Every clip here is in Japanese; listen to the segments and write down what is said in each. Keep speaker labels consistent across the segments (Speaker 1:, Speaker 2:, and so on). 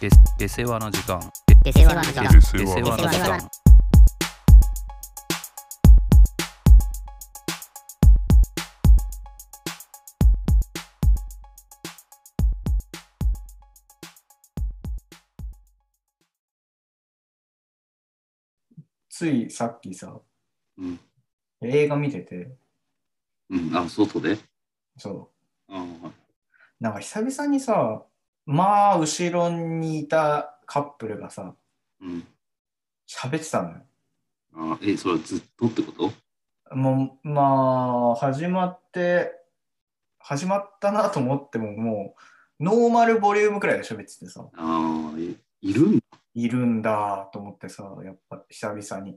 Speaker 1: で出世話の時間
Speaker 2: 出世話の時間
Speaker 3: で
Speaker 1: 出
Speaker 3: 世
Speaker 1: 世話の
Speaker 3: 話
Speaker 1: 時間
Speaker 4: ついさっきさ、
Speaker 3: うん
Speaker 4: 映画見てて、
Speaker 3: うん、あ、外で
Speaker 4: そう、
Speaker 3: あーはい
Speaker 4: なんか久々にさ、まあ、後ろにいたカップルがさ、
Speaker 3: うん。
Speaker 4: 喋ってたのよ。
Speaker 3: あーえ、それはずっとってこと
Speaker 4: もう、まあ、始まって、始まったなと思っても、もう、ノーマルボリュームくらいで喋っててさ、
Speaker 3: ああ、えいるんだ。
Speaker 4: いるんだと思ってさ、やっぱ久々に。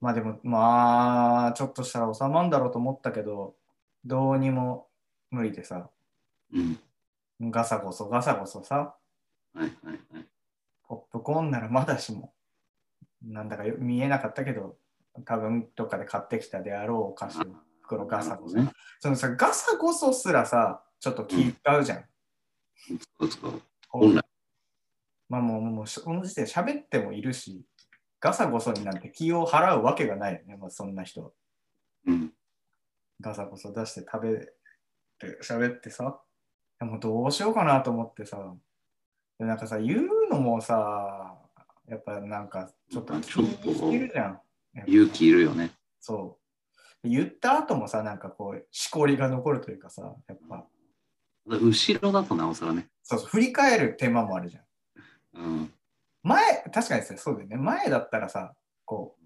Speaker 4: まあでも、まあ、ちょっとしたら収まんだろうと思ったけど、どうにも無理でさ、
Speaker 3: うん。
Speaker 4: ガサゴソガサゴソさ、
Speaker 3: はいはいはい。
Speaker 4: ポップコーンならまだしも、なんだかよ見えなかったけど、多分どっかで買ってきたであろうお菓子を袋ガサゴソ。
Speaker 3: なるほ
Speaker 4: そのさ、ガサゴソすらさ、ちょっと気使うじゃん。
Speaker 3: どね。使う使う。
Speaker 4: こう
Speaker 3: 本来。
Speaker 4: まあもう、もう、その時点で喋ってもいるし、ガサゴソになんて気を払うわけがないよね、まあ、そんな人。
Speaker 3: うん。
Speaker 4: ガサゴソ出して食べて、喋ってさ、いやもうどうしようかなと思ってさ、でなんかさ、言うのもさ、やっぱなんかちょっと気にしてるじゃん。
Speaker 3: 勇気いるよね。
Speaker 4: そう。言った後もさ、なんかこう、しこりが残るというかさ、やっぱ、
Speaker 3: 後ろだとなおさらね。
Speaker 4: そうそう、振り返る手間もあるじゃん。
Speaker 3: うん。
Speaker 4: 前、確かにさそうだよね。前だったらさ、こう、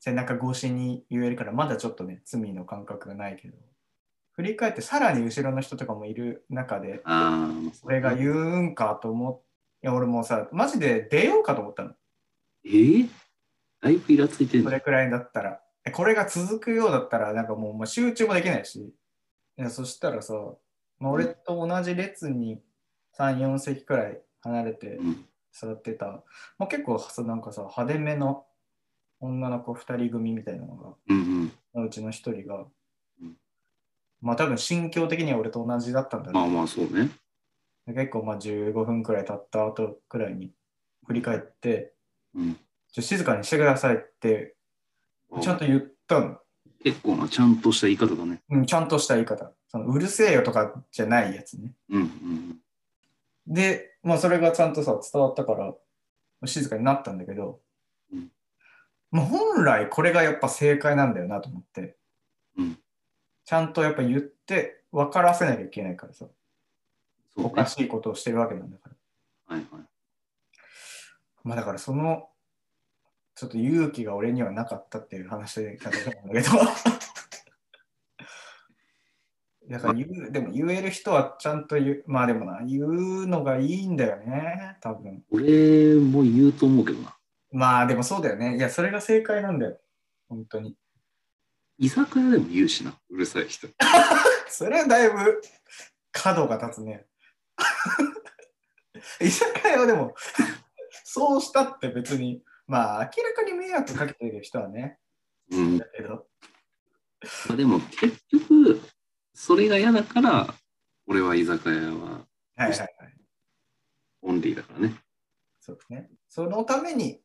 Speaker 4: 背中越しに言えるから、まだちょっとね、罪の感覚がないけど、振り返って、さらに後ろの人とかもいる中で、
Speaker 3: ああ、
Speaker 4: これが
Speaker 3: う。
Speaker 4: 言うんかと思って、いや俺もうさ、マジで出ようかと思ったの。
Speaker 3: えー、だいぶイラついてる
Speaker 4: それくらいだったら。えこれが続くようだったら、なんかもう、まあ、集中もできないし。いやそしたらさ、まあ、俺と同じ列に3、4席くらい離れて
Speaker 3: うん。
Speaker 4: 座ってた、まあ、結構さ、なんかさ、派手めの女の子2人組みたいなのが、
Speaker 3: うんうん。
Speaker 4: のうちの1人が
Speaker 3: うん、
Speaker 4: まあ多分心境的には俺と同じだったんだ
Speaker 3: まあ
Speaker 4: ろう
Speaker 3: まあ、そうね。
Speaker 4: で結構まあ15分くらい経った後くらいに振り返って、
Speaker 3: うん。
Speaker 4: ちょ静かにしてくださいって、ちゃんと言ったの。
Speaker 3: 結構な、ちゃんとした言い方だね。
Speaker 4: うん、ちゃんとした言い方。そのうるせえよとかじゃないやつね。
Speaker 3: うんうん。
Speaker 4: で、まあそれがちゃんとさ、伝わったから、静かになったんだけど、
Speaker 3: うん
Speaker 4: まあ本来これがやっぱ正解なんだよなと思って、
Speaker 3: うん
Speaker 4: ちゃんとやっぱ言って分からせなきゃいけないからさ、
Speaker 3: そう
Speaker 4: お
Speaker 3: ね。
Speaker 4: かしいことをしてるわけなんだから。
Speaker 3: はいはい。
Speaker 4: まあだからその、ちょっと勇気が俺にはなかったっていう話で方なんだけど。 だから言う、でも言える人はちゃんと言う、まあでもな、言うのがいいんだよね、多分。
Speaker 3: 俺も言うと思うけどな。
Speaker 4: まあでもそうだよね。いや、それが正解なんだよ。本当に。
Speaker 3: 居酒屋でも言うしな。うるさい人。
Speaker 4: それはだいぶ角が立つね。 居酒屋はでも、そうしたって別に、まあ明らかに迷惑かけてる人はね、
Speaker 3: うん。
Speaker 4: だけど、
Speaker 3: まあ、でも結局、それが嫌だから、俺は居酒屋は
Speaker 4: はいはいはい。
Speaker 3: オンリーだからね。
Speaker 4: そうですね。そのために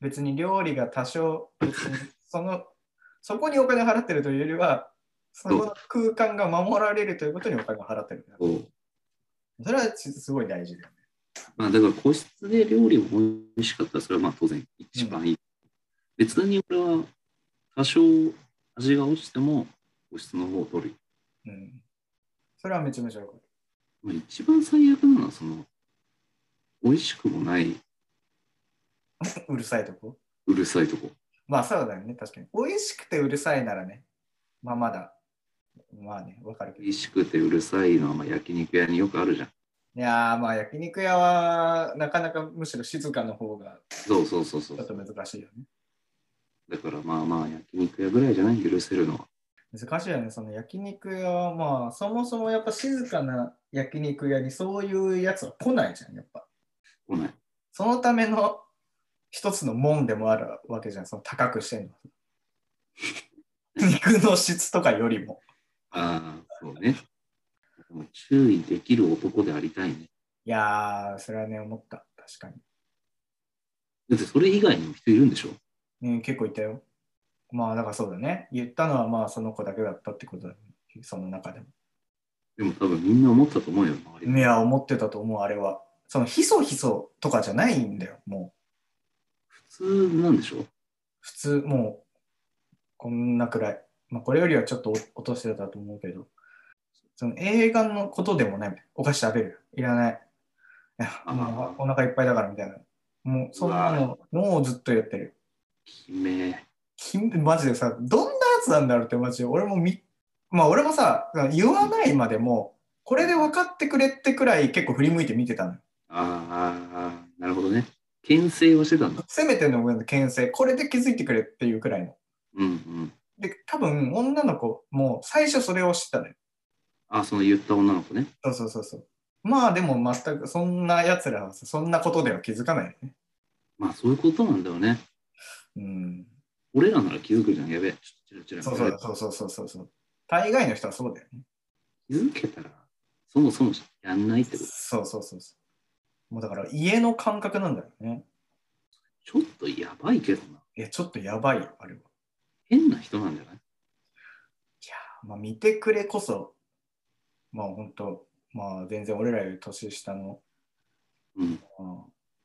Speaker 4: 別に料理が多少別にそのそこにお金払ってるというよりはその空間が守られるということにお金を払ってる。それはすごい大事だよね。
Speaker 3: まあだから個室で料理も美味しかったら、それはまあ当然一番いい。別に俺は多少味が落ちても、個室の方を取る。
Speaker 4: うん。それはめちゃめちゃわかる。
Speaker 3: まあ、一番最悪なのは、その、美味しくもない、
Speaker 4: うるさいとこ。
Speaker 3: うるさいとこ。
Speaker 4: まあそうだよね。確かに。美味しくてうるさいならね。まあまだ。まあね、わかるけど。
Speaker 3: 美味しくてうるさいのはまあ焼肉屋によくあるじゃん。
Speaker 4: いやーまあ焼肉屋はなかなかむしろ静かの方が
Speaker 3: そうそうそうそ
Speaker 4: ちょっと
Speaker 3: う。
Speaker 4: 難しいよね。
Speaker 3: だからまあまあ焼肉屋ぐらいじゃない許せるのは。
Speaker 4: 難しいよね、その焼肉屋は、まあ、そもそもやっぱ静かな焼肉屋にそういうやつは来ないじゃん、やっぱ。
Speaker 3: 来ない。
Speaker 4: そのための一つの門でもあるわけじゃん、その高くしてんの。肉の質とかよりも。
Speaker 3: ああ、そうね。でも注意できる男でありたいね。
Speaker 4: いやー、それはね、思った。確確か
Speaker 3: だってそれ以外にも人いるんでしょ
Speaker 4: に。うん、結構いたよ。まあ、だからそうだね。言ったのはまあ、その子だけだったってことだよね。その中でも。
Speaker 3: でも多分みんな思ったと思うよ、周り
Speaker 4: いや、思ってたと思う、あれは。その、ひそひそとかじゃないんだよ、もう。
Speaker 3: 普通なんでしょ
Speaker 4: 普通、もう、こんなくらい。まあ、これよりはちょっと落としてたと思うけど、その映画のことでもない。お菓子食べるよ。いらない。いや、もうお腹いっぱいだからみたいな。もう、そんなの、もうずっとやってるよ。
Speaker 3: 悲鳴。
Speaker 4: きマジでさ、どんなやつなんだろうって、マジで。俺もみ、まあ俺もさ、言わないまでも、これで分かってくれってくらい結構振り向いて見てたのよ。
Speaker 3: ああ、なるほどね。牽制をしてたんだ。
Speaker 4: せめての牽制、これで気づいてくれっていうくらいの。
Speaker 3: うんうん。
Speaker 4: で、多分女の子も最初それを知ったのよ。
Speaker 3: あその言った女の子ね。
Speaker 4: そうそうそうそう。まあでも全くそんなやつらはさそんなことでは気づかないよね。
Speaker 3: まあそういうことなんだよね。
Speaker 4: うん。
Speaker 3: 俺らなら気づくじゃん。やべえ。ちょっとチラチ
Speaker 4: そ
Speaker 3: ラ
Speaker 4: うそうそうそうそうそうそう。大概の人はそうだよね。
Speaker 3: 気づけたら、そもそもやんないってこと。
Speaker 4: そうそうそうそう。もうだから家の感覚なんだよね。
Speaker 3: ちょっとやばいけどな。
Speaker 4: いや、ちょっとやばいよ、あれは。
Speaker 3: 変な人なんじゃない
Speaker 4: まあ、見てくれこそ、まあ本当、まあ全然俺らより年下の、
Speaker 3: うん。
Speaker 4: うん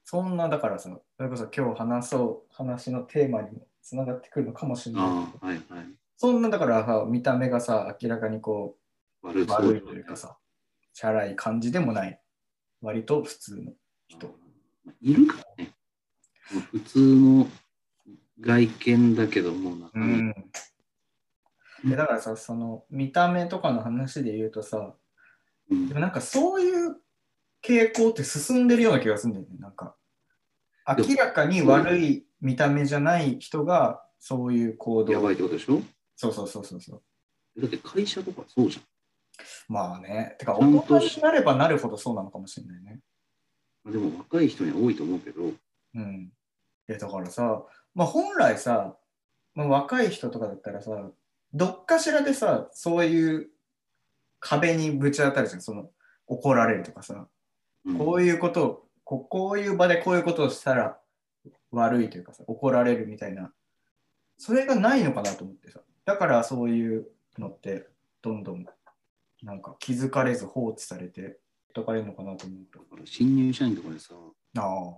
Speaker 4: そんなだからさ、それこそ今日話そう話のテーマにもつながってくるのかもしれない。
Speaker 3: ああ、はいはい。
Speaker 4: そんなだからさ、見た目がさ、明らかにこ
Speaker 3: 悪
Speaker 4: う、
Speaker 3: そう
Speaker 4: 悪いというかさ、チャラい感じでもない。割と普通の人。
Speaker 3: まあいるからね。普通の外見だけども中
Speaker 4: う
Speaker 3: 身、
Speaker 4: ん。でだからさ、その見た目とかの話で言うとさ、
Speaker 3: うん
Speaker 4: でもなんかそういう傾向って進んでるような気がするんだよね。なんか明らかに悪い見た目じゃない人がそういう行
Speaker 3: や
Speaker 4: 動
Speaker 3: ばいってことでしょ
Speaker 4: そうそうそうそうそう。
Speaker 3: だって会社とかそうじゃん。
Speaker 4: まあね。てか
Speaker 3: ちゃん
Speaker 4: 大
Speaker 3: と
Speaker 4: 人になればなるほどそうなのかもしれないね。
Speaker 3: まあでも若い人には多いと思うけど、
Speaker 4: うん。えだからさ、まあ本来さ、まあ、若い人とかだったらさ、どっかしらでさ、そういう壁にぶち当たるじゃん。その怒られるとかさ。
Speaker 3: うん
Speaker 4: こういうことをこ、こういう場でこういうことをしたら悪いというかさ、怒られるみたいな、それがないのかなと思ってさ。だからそういうのって、どんどんなんか気づかれず放置されて、とかれるのかなと思うと
Speaker 3: だ。から新入社員とかでさ、
Speaker 4: ああ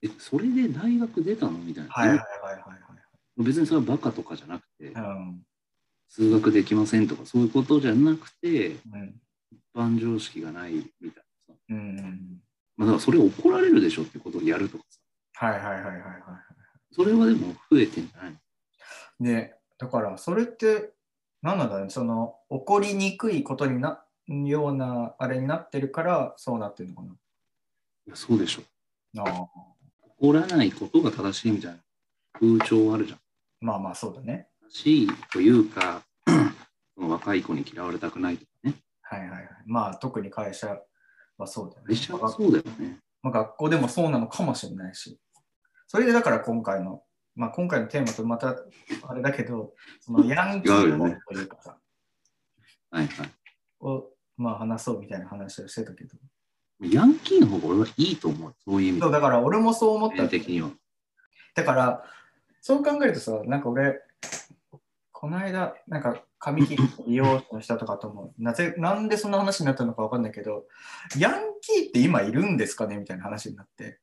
Speaker 3: え、それで大学出たのみたいな。
Speaker 4: はいはいはい
Speaker 3: 別にそれはバカとかじゃなくて
Speaker 4: はい、はい。うん。
Speaker 3: 数学できませんとか、そういうことじゃなくて、一
Speaker 4: うん。
Speaker 3: 般常識がないみたいなさ。
Speaker 4: うんうん。
Speaker 3: まあ、だからそれ怒られるでしょってことをやるとかさ。
Speaker 4: はいはいはいはいはい。
Speaker 3: それはでも増えてんじゃないの
Speaker 4: で、だからそれって、なんなんだろうね、その、怒りにくいことにな、ような、あれになってるから、そうなってるのか
Speaker 3: いや、そうでしょ。
Speaker 4: な。ああ。
Speaker 3: 怒らないことが正しいみたいな風潮あるじゃん。
Speaker 4: まあまあそうだね。
Speaker 3: 正しいというか、 その若い子に嫌われたくないとかね。
Speaker 4: はいはいはい。まあ特に会社はそうだよね
Speaker 3: 会。社はそうだよね。
Speaker 4: まあ、学校でもそうなのかもしれないし。それでだから今回の、まあ今回のテーマとまたあれだけど、そのヤンキ
Speaker 3: 違う
Speaker 4: ー
Speaker 3: よね
Speaker 4: というかさ、
Speaker 3: はいはい。
Speaker 4: をまあ話そうみたいな話をしてたけど。
Speaker 3: ヤンキーの方が俺はいいと思う。そういう意味で
Speaker 4: そう。だから俺もそう思った
Speaker 3: 面。的には。
Speaker 4: だから、そう考えるとさ、なんか俺、この間、なんか髪切り美容師の人とかとも、なぜ、なんでそんな話になったのかわかんないけど、ヤンキーって今いるんですかねみたいな話になって。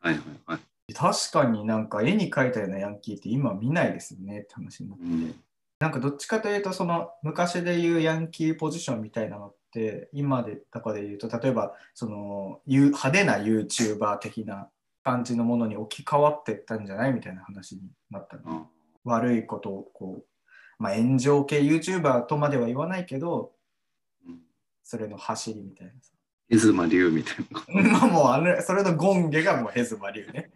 Speaker 3: はいはいはい。
Speaker 4: 確かになんか絵に描いたようなヤンキーって今見ないですよねって話になって、
Speaker 3: うん
Speaker 4: なんかどっちかというとその昔で言うヤンキーポジションみたいなのって今でとかで言うと例えばそのゆ派手な YouTuber 的な感じのものに置き換わってったんじゃないみたいな話になったの
Speaker 3: あ
Speaker 4: 悪いことをこう、まあ、炎上系 YouTuber とまでは言わないけど
Speaker 3: うん
Speaker 4: それの走りみたいなさ
Speaker 3: 江妻龍みたいな。
Speaker 4: まあ もうあれそれのゴンゲがもうヘズマリュウね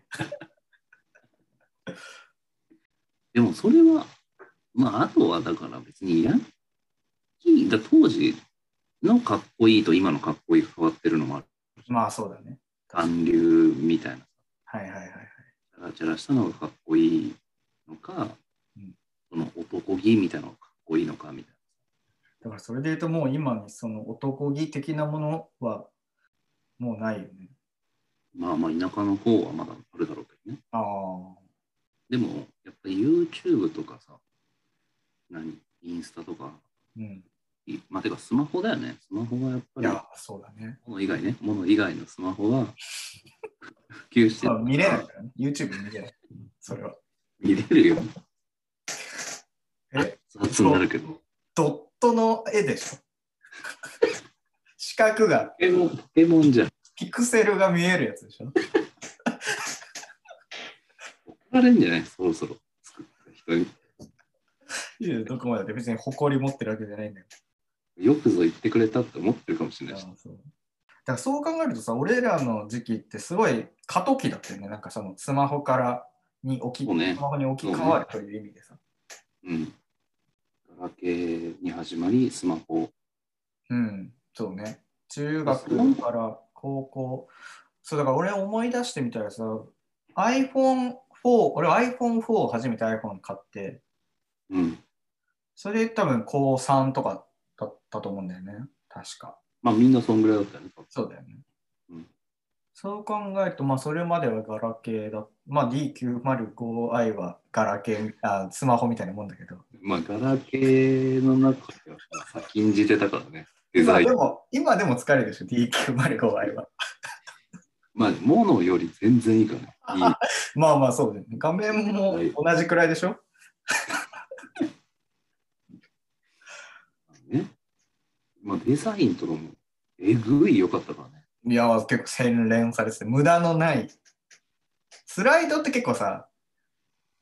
Speaker 3: でもそれは、まあ、あとはだから別にヤンキーだ当時のかっこいいと今のかっこいいが変わってるのもある。
Speaker 4: まあそうだね
Speaker 3: 韓流みたいな、
Speaker 4: はいはいは
Speaker 3: チャ
Speaker 4: い
Speaker 3: ラチャラしたのがかっこいいのか、
Speaker 4: うん
Speaker 3: その男気みたいなのがかっこいいのかみたい
Speaker 4: だからそれで言うともう今にその男気的なものはもうないよね。
Speaker 3: まあまあ田舎の方はまだあるだろうけどね。
Speaker 4: ああ。
Speaker 3: でも、やっぱり YouTube とかさ、何、インスタとか、
Speaker 4: うん。
Speaker 3: いまあ、てかスマホだよね。スマホがやっぱり、
Speaker 4: いや、そうだね。
Speaker 3: もの以外ね、もの以外のスマホが 普及して
Speaker 4: まあ、
Speaker 3: る
Speaker 4: 見れないからね。YouTube 見れない。それは。
Speaker 3: 見れるよ。
Speaker 4: え
Speaker 3: 雑になるけど。
Speaker 4: ドットの絵で しょ。四角が
Speaker 3: ポ、ケモン、ポケモンじゃん。
Speaker 4: ピクセルが見えるやつでしょ。
Speaker 3: 怒られんじゃないそろそろ作った人に。
Speaker 4: いやどこまでって別に誇り持ってるわけじゃないんだけ
Speaker 3: よくぞ言ってくれたって思ってるかもしれ
Speaker 4: ど。
Speaker 3: ない
Speaker 4: あ
Speaker 3: し。
Speaker 4: ーそうだからそう考えるとさ、俺らの時期ってすごい過渡期だったよね。なんかそのスマホからに置き、
Speaker 3: そうね
Speaker 4: スマホに置き換わるという意味でさ。
Speaker 3: うん。ガラケーに始まり、スマホ。
Speaker 4: うん、そうね。中学から高校。そうだから俺思い出してみたらさ、iPhone4、俺 iPhone4 を初めて iPhone 買って、
Speaker 3: うん。
Speaker 4: それ多分高3とかだったと思うんだよね。確か。
Speaker 3: まあみんなそんぐらいだったよね。
Speaker 4: そうだよね。
Speaker 3: うん
Speaker 4: そう考えると、まあそれまではガラケーだ。まあ D905i はガラケーあ、スマホみたいなもんだけど。
Speaker 3: まあガラケーの中ではさ先んじてたからね。デザ
Speaker 4: 今
Speaker 3: イ
Speaker 4: で
Speaker 3: ン。
Speaker 4: も、今でも疲れるでしょ、D905i は。
Speaker 3: まあ、モノより全然いいからね。
Speaker 4: まあまあそうだよね。画面も同じくらいでしょ
Speaker 3: いい。ね。まあデザインとかも、えぐい良かったからね。
Speaker 4: いや、結構洗練されてて、無駄のない。スライドって結構さ、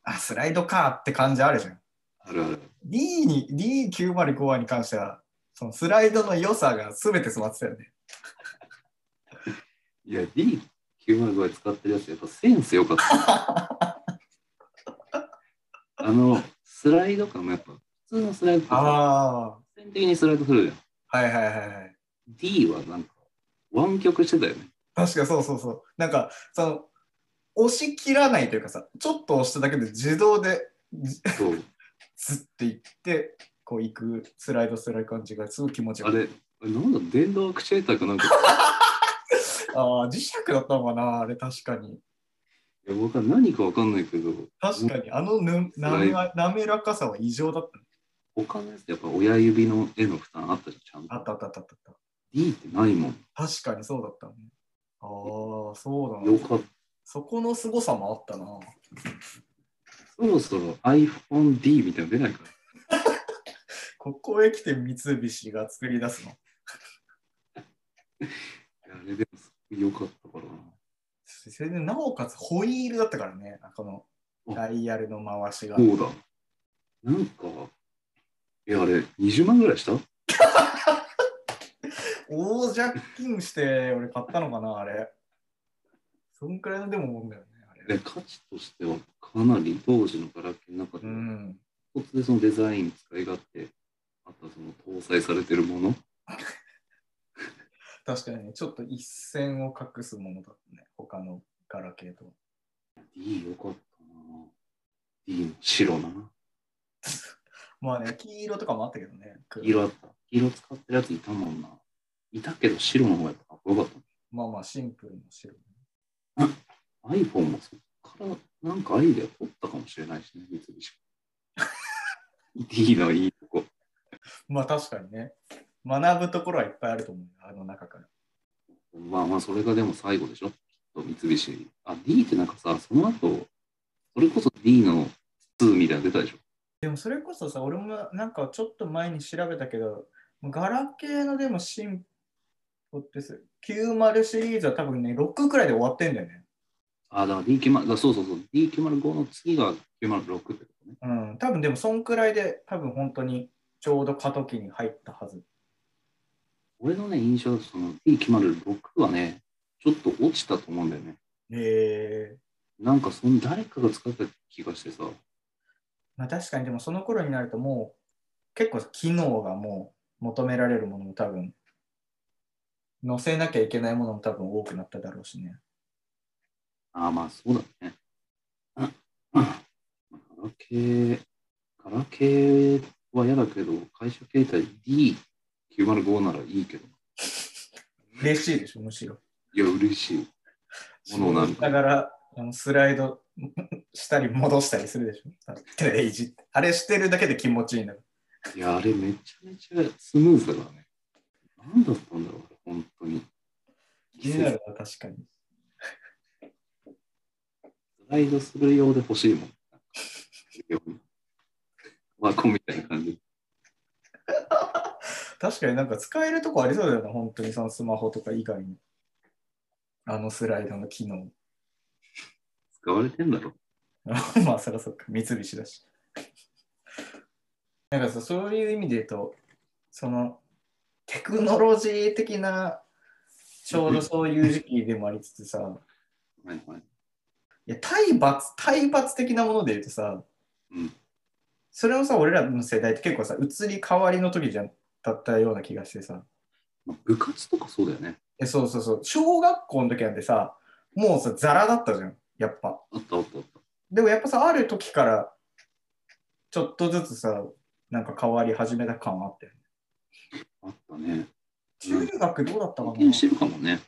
Speaker 4: あ、スライドかって感じあるじゃん。
Speaker 3: あるある。
Speaker 4: D に、D905 に関しては、そのスライドの良さが全て詰まってたよね。
Speaker 3: いや、D905 使ってるやつ、やっぱセンス良かった。 あの、スライド感もやっぱ、普通のスライドってさ
Speaker 4: あ
Speaker 3: 普遍的にスライドするじゃん。
Speaker 4: あ、はいはいはいはい。
Speaker 3: D はなんか、湾曲してたよね。
Speaker 4: 確かそうそうそう。なんか、その、押し切らないというかさ、ちょっと押しただけで自動で
Speaker 3: そう。
Speaker 4: ズっていって、こう行くスライドする感じがすごい気持ちよ
Speaker 3: あ
Speaker 4: かった
Speaker 3: れ、あれなんだ、電動アクチュエーターかなんか、
Speaker 4: ああ、磁石だったのかな、あれ確かに。
Speaker 3: いや、僕は何かわかんないけど、
Speaker 4: 確かに、あのぬなめら滑らかさは異常だったね。
Speaker 3: 他のやつってやっぱ親指の絵の負担あったじゃん、ちゃ
Speaker 4: あ
Speaker 3: んと。
Speaker 4: ったあったあったあっ
Speaker 3: D ってないもん。
Speaker 4: た。確かにそうだったね。ああ、そうだ
Speaker 3: よ
Speaker 4: な。
Speaker 3: かった。
Speaker 4: そこの凄さもあったな。
Speaker 3: そろそろ iPhoneD みたいなの出ないか
Speaker 4: ここへ来て三菱が作り出すの。
Speaker 3: ら。いや、あれでもすごい良かったからな。
Speaker 4: それで、なおかつホイールだったからね、このダイヤルの回しが。
Speaker 3: そうだ。なんか、え、あれ、20万ぐらいした
Speaker 4: 大ジャッキングして、俺買ったのかな、あれ。そんくらいのでももんだよね、あれ。
Speaker 3: で価値としてはかなり当時のガラケーの中
Speaker 4: う
Speaker 3: で、
Speaker 4: ん。
Speaker 3: 一つでそのデザイン使い勝手、あとはその搭載されてるもの、
Speaker 4: 確かにね、ちょっと一線を隠すものだったね、他のガラケーとは。
Speaker 3: D 良かったな。D の白な。
Speaker 4: まあね、黄色とかもあったけどね。
Speaker 3: 黄色あった。黄色使ってるやついたもんな。いたけど白の方がやっぱかっこよかった。
Speaker 4: まあまあ、シンプルな白。
Speaker 3: iPhone もそっからなんかアイデア取ったかもしれないしね、三菱。D のいいとこ。
Speaker 4: まあ確かにね、学ぶところはいっぱいあると思うよ、あの中から。
Speaker 3: まあまあ、それがでも最後でしょ。きっと三菱。あ、D ってなんかさ、その後、それこそ D の2みたいなの出たでしょ。
Speaker 4: でもそれこそさ、俺もなんかちょっと前に調べたけど、ガラケーのでも進歩ってす、90シリーズは多分ね、6くらいで終わってんだよね。
Speaker 3: あ、だから D90、だからそうそうそう、D905 の次が906ってことね。
Speaker 4: うん、多分でもそんくらいで、多分本当にちょうど過渡期に入ったはず。
Speaker 3: 俺のね、印象だとその D906 はね、ちょっと落ちたと思うんだよね。
Speaker 4: へえ。
Speaker 3: なんかその誰かが使ってた気がしてさ、
Speaker 4: まあ確かにでもその頃になるともう結構機能がもう求められるものも多分載せなきゃいけないものも多分多くなっただろうしね。
Speaker 3: ああ、まあそうだね。あうんガラケー、ガラケーは嫌だけど、会社携帯 D905 ならいいけど、
Speaker 4: 嬉しいでしょ、むしろ。
Speaker 3: いや、嬉しい。ものなん
Speaker 4: だ
Speaker 3: か、
Speaker 4: から、あのスライドしたり戻したりするでしょ。手でいじって。あれしてるだけで気持ちいいんだ。
Speaker 3: いや、あれめちゃめちゃスムーズだからね。なんだったんだろう、本当に。
Speaker 4: 気になるな、確かに。
Speaker 3: スライドするようで欲しいもん。ワコみたいな感じ。
Speaker 4: 確かになんか使えるとこありそうだよな、本当にそのスマホとか以外に。あのスライドの機能。
Speaker 3: 使われてんだろ。
Speaker 4: まあ、そりゃそっか、三菱だし。 なんかさそういう意味で言うと、その、テクノロジー的な、ちょうどそういう時期でもありつつさ、
Speaker 3: はいはい。
Speaker 4: いや体罰、体罰的なもので言うとさ、
Speaker 3: うん
Speaker 4: それもさ、俺らの世代って結構さ、移り変わりの時じゃだったような気がしてさ、
Speaker 3: まあ、部活とかそうだよね。
Speaker 4: えそうそうそう、小学校の時なんてさ、もうさ、ザラだったじゃん、やっぱ。
Speaker 3: あったあったあった。
Speaker 4: でもやっぱさ、ある時から、ちょっとずつさ、なんか変わり始めた感あったよね。
Speaker 3: あったね。
Speaker 4: 中学どうだったか
Speaker 3: 経
Speaker 4: な、
Speaker 3: 験してるかもね。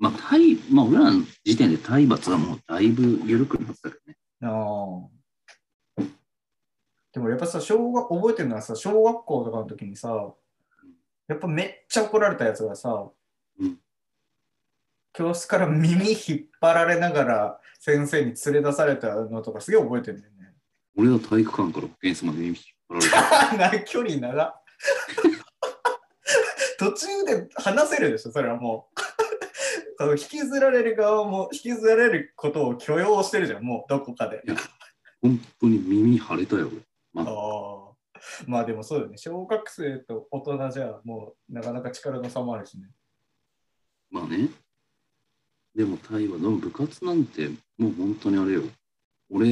Speaker 3: まあ、体、まあ、俺らの時点で体罰がもうだいぶ緩くなったけどね。
Speaker 4: あーでもやっぱさ、小学覚えてるのはさ、小学校とかの時にさ、やっぱめっちゃ怒られたやつがさ、
Speaker 3: うん
Speaker 4: 教室から耳引っ張られながら先生に連れ出されたのとかすげえ覚えてるんだよね。
Speaker 3: 俺は体育館から保健室まで耳引っ張られた。
Speaker 4: な距離長 途中で話せるでしょそれはもう その引きずられる側も引きずられることを許容してるじゃんもうどこかで
Speaker 3: 本当に耳腫れたよ、俺。
Speaker 4: ああまあでもそうだよね小学生と大人じゃもうなかなか力の差もあるしね
Speaker 3: まあね。でも台湾の部活なんて、もう本当にあれよ。俺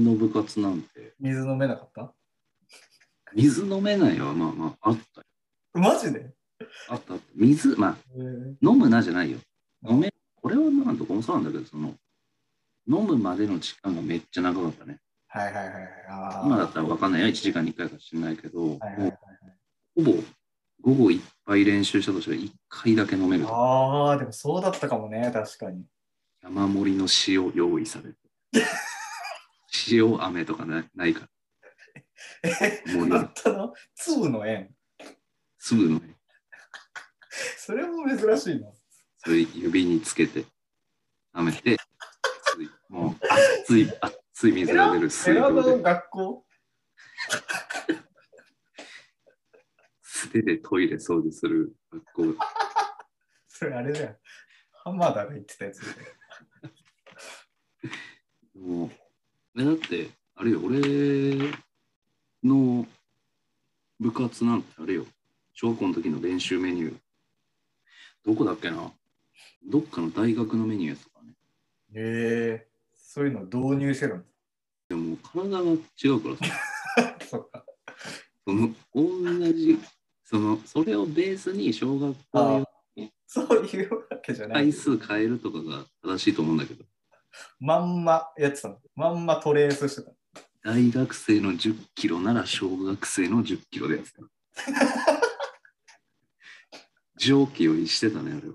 Speaker 3: の部活なんて、
Speaker 4: 水飲めなかった
Speaker 3: 水飲めないはまあまああったよ。
Speaker 4: マジで、
Speaker 3: あったあった。水、まあ
Speaker 4: えー
Speaker 3: 飲むなじゃないよ。飲め、これはまあどこもそうなんだけど、その、飲むまでの時間がめっちゃ長かったね。
Speaker 4: はいはいはいはいあー
Speaker 3: 今だったら分かんないよ、1時間に1回かもしれないけど、
Speaker 4: はいはい
Speaker 3: も
Speaker 4: は
Speaker 3: う
Speaker 4: い
Speaker 3: ほぼ午後いっぱい練習したとしたら1回だけ飲めると。
Speaker 4: あーでもそうだったかもね確かに
Speaker 3: 山盛りの塩用意さ れて。塩飴とかなないか
Speaker 4: え
Speaker 3: ら。もう
Speaker 4: 本
Speaker 3: ね、
Speaker 4: 当の粒の円
Speaker 3: 粒のね、
Speaker 4: それも珍しいな
Speaker 3: それ指につけて、舐めて、熱い、もう熱い、熱い水が出る水
Speaker 4: 選ば
Speaker 3: 道
Speaker 4: の
Speaker 3: で、
Speaker 4: 学校
Speaker 3: 素手でトイレ掃除する学校。
Speaker 4: それあれじゃん。浜田が言ってたやつ。
Speaker 3: もう、ねだって、あれよ、俺の部活なんてあれよ、小学校の時の練習メニュー、どこだっけなどっかの大学のメニューやつとかね。
Speaker 4: ええそういうのを導入してるん
Speaker 3: でももう体が違うからさ。
Speaker 4: だ。そっか。
Speaker 3: その同じそのそれをベースに小学校の
Speaker 4: そういうわけじゃな
Speaker 3: 回。
Speaker 4: い
Speaker 3: 数変えるとかが正しいと思うんだけど
Speaker 4: まんまやってたの。まんまトレースしてたの。
Speaker 3: 大学生の1 0キロなら小学生の1 0キロでやってた上記を逸してたねあれは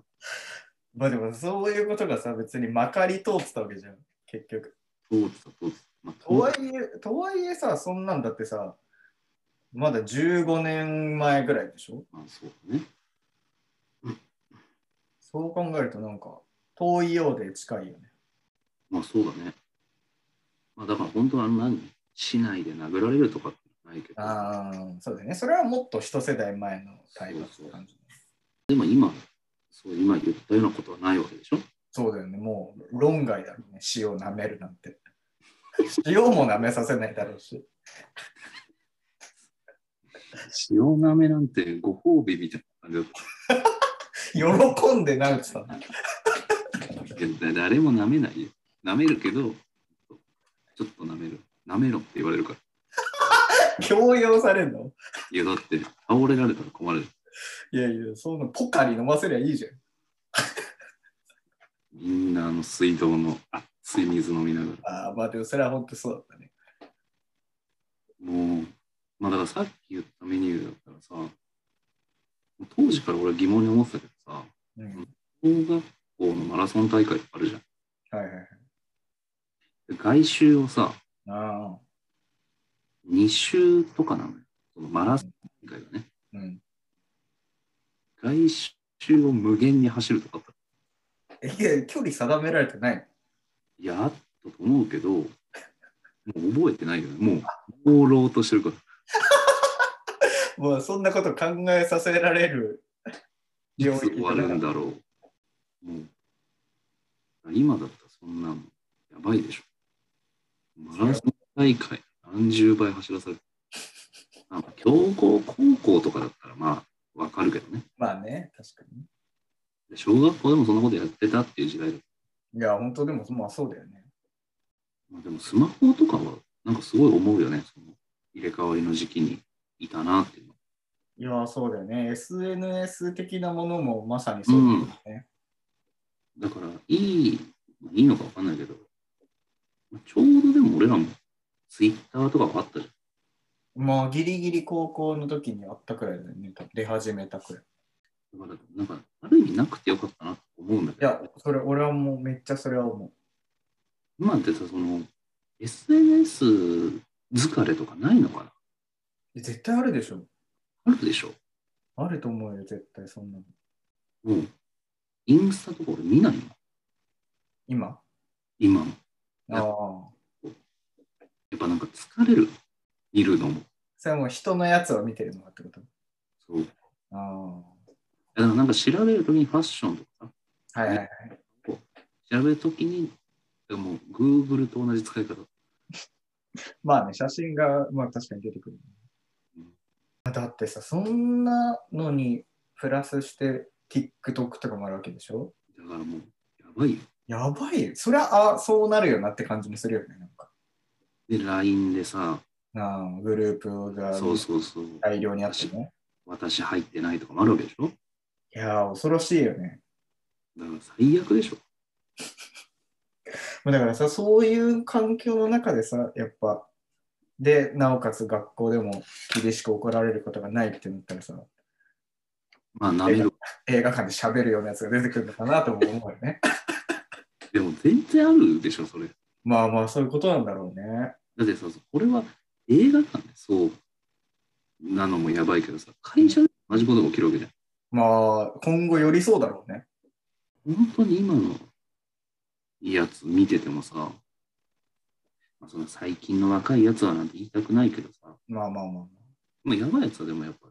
Speaker 4: まあでもそういうことがさ、別にまかり通ってたわけじゃん。結局。
Speaker 3: 通ってた通ってた、まあ、
Speaker 4: とはいえ、とはいえさ、そんなんだってさ、まだ15年前ぐらいでしょ
Speaker 3: まあそうだね
Speaker 4: そう考えるとなんか、遠いようで近いよね。
Speaker 3: まあそうだねまあだから本当は何市内で殴られるとかってないけど
Speaker 4: ああ、そうだよね。それはもっと一世代前の対話って感じ。
Speaker 3: でも今そう今言ったようなことはないわけでしょ
Speaker 4: そうだよね、もう論外だろうね、塩を舐めるなんて。 塩も舐めさせないだろうし。
Speaker 3: 塩舐めなんてご褒美みたいな感じだった
Speaker 4: 喜んで舐めてたの。
Speaker 3: いや誰も舐めないよ。舐めるけど、ちょっと舐める。舐めろって言われるから。
Speaker 4: 強要されるの
Speaker 3: いや、だって、倒れられたら困る。
Speaker 4: いやいや、そのポカリ飲ませりゃいいじゃん。
Speaker 3: みんなあの水道の熱い水飲みながら。
Speaker 4: ああ、まあでもそれは本当そうだったね。
Speaker 3: もう、まあだからさっき言ったメニューだったらさ、当時から俺は疑問に思ってたけどさ、
Speaker 4: うん、
Speaker 3: 小学校のマラソン大会とかあるじゃん。
Speaker 4: はいはいはい。
Speaker 3: で外周をさ、
Speaker 4: ああ。
Speaker 3: 2周とかなのよ。そのマラソン大会がね。
Speaker 4: うん。
Speaker 3: 外周を無限に走るとかあったら
Speaker 4: え、いや距離定められてない。
Speaker 3: いやあったと思うけど、もう覚えてないよね。もう、朦朧としてるから。
Speaker 4: もうそんなこと考えさせられる。
Speaker 3: いつ終わるんだろう。もう今だったらそんなのやばいでしょ。マラソン大会何十倍走らされる。あ強豪高校とかだったらまあわかるけどね。
Speaker 4: まあね、確か
Speaker 3: で小学校でもそんなことやってたっていう時代だった
Speaker 4: に。いや、本当でも、まあそうだよね。
Speaker 3: まあでもスマホとかはなんかすごい思うよね。その入れ替わりの時期にいたなっていうの。
Speaker 4: いや、そうだよね。SNS 的なものもまさにそうだよね。
Speaker 3: だからいい、まあいいのかわかんないけど、まあちょうどでも俺らもツイッターとかはあったじゃん。
Speaker 4: まあ、ギリギリ高校の時にあったくらいだよね。多分出始めたくらい。
Speaker 3: だから、なんか、ある意味なくてよかったなと思うんだ
Speaker 4: い
Speaker 3: け
Speaker 4: や
Speaker 3: ど、、
Speaker 4: それ、俺はもうめっちゃそれは思
Speaker 3: 今ってさ、その、SNS 疲れとかないのか
Speaker 4: う。絶対あるでしょ。
Speaker 3: なあるでしょ
Speaker 4: あると思うよ、絶対そんなの。
Speaker 3: もう、インスタとか俺見ないの
Speaker 4: 今
Speaker 3: 今も。
Speaker 4: ああ。
Speaker 3: やっぱなんか疲れる。見るのも。
Speaker 4: それはもう人のやつを見てるのかってこと
Speaker 3: そう。いや
Speaker 4: あ
Speaker 3: だからなんか調べるときにファッションとかさ、
Speaker 4: あ。はいはいはい。
Speaker 3: 調べるときに、でも Google と同じ使い方。
Speaker 4: まあね、写真が、まあ確かに出てくる
Speaker 3: うん。
Speaker 4: だってさ、そんなのにプラスして TikTok とかもあるわけでしょ
Speaker 3: だからもう、やばいよ。
Speaker 4: やばいよ。そりゃ、あそうなるよなって感じもするよね。なんか。
Speaker 3: で、LINE でさ、
Speaker 4: なあグループが
Speaker 3: そうそうそう、
Speaker 4: 大量にあってね。
Speaker 3: 私入ってないとかもあるわけでしょ
Speaker 4: いやー、恐ろしいよね。
Speaker 3: だから最悪でしょ
Speaker 4: まあだからさ、そういう環境の中でさ、やっぱ、で、なおかつ学校でも厳しく怒られることがないってなったらさ、
Speaker 3: まあ、なめる
Speaker 4: 映画館で喋るようなやつが出てくるのかなとも思うよね。
Speaker 3: でも全然あるでしょ、それ。
Speaker 4: まあまあ、そういうことなんだろうね。
Speaker 3: だってさ、これは映画館でそうなのもやばいけどさ、会社で同じことが起きるわけじゃ
Speaker 4: まあ、今後よりそうだろうね。
Speaker 3: ん。本当に今のやつ見ててもさ、まあ、その最近の若いやつはなんて言いたくないけどさ、
Speaker 4: まあまあまあまあ。
Speaker 3: まあ、やばいやつはでもやっぱ、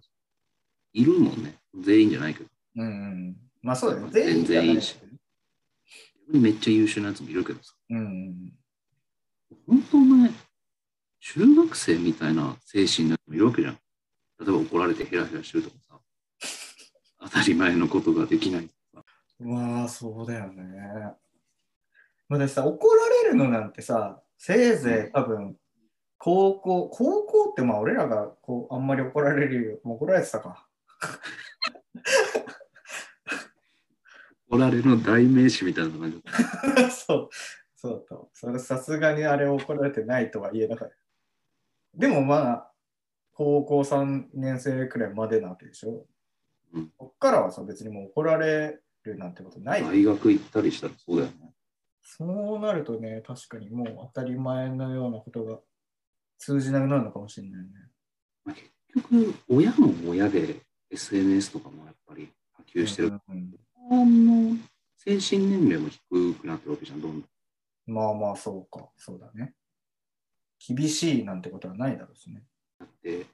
Speaker 3: いるもんね。全員じゃないけど。
Speaker 4: うんうん。まあそうだよね。
Speaker 3: 全員
Speaker 4: 全員じゃない
Speaker 3: 逆にめっちゃ優秀なやつもいるけどさ、
Speaker 4: うんうん。
Speaker 3: 本当お前、中学生みたいな精神のやつもいるわけじゃん。例えば怒られてヘラヘラしてるとかさ、当たり前のことができないとかさ。
Speaker 4: まあそうだよね。まあ、だってさ、怒られるのなんてさ、せいぜい多分、高校、高校ってまあ俺らがこうあんまり怒られるよ。もう怒られてたか。
Speaker 3: 怒られるの代名詞みたいな感じだった。
Speaker 4: そう、そうだった。それさすがにあれ怒られてないとは言えなかった。でもまあ、高校3年生くらいまでなわけでしょ。
Speaker 3: うん
Speaker 4: こっからはさ、別にもう怒られるなんてことない。
Speaker 3: 大学行ったりしたらそうだよね。
Speaker 4: そうなるとね、確かにもう当たり前のようなことが通じなくなるのかもしれないね。
Speaker 3: まあ、結局、親も親で SNS とかもやっぱり波及してる。
Speaker 4: うんうん
Speaker 3: 日本の精神年齢も低くなってるわけじゃん、どんどん。
Speaker 4: まあまあ、そうか。そうだね。厳しいなんてことはないだろうしね。
Speaker 3: だって、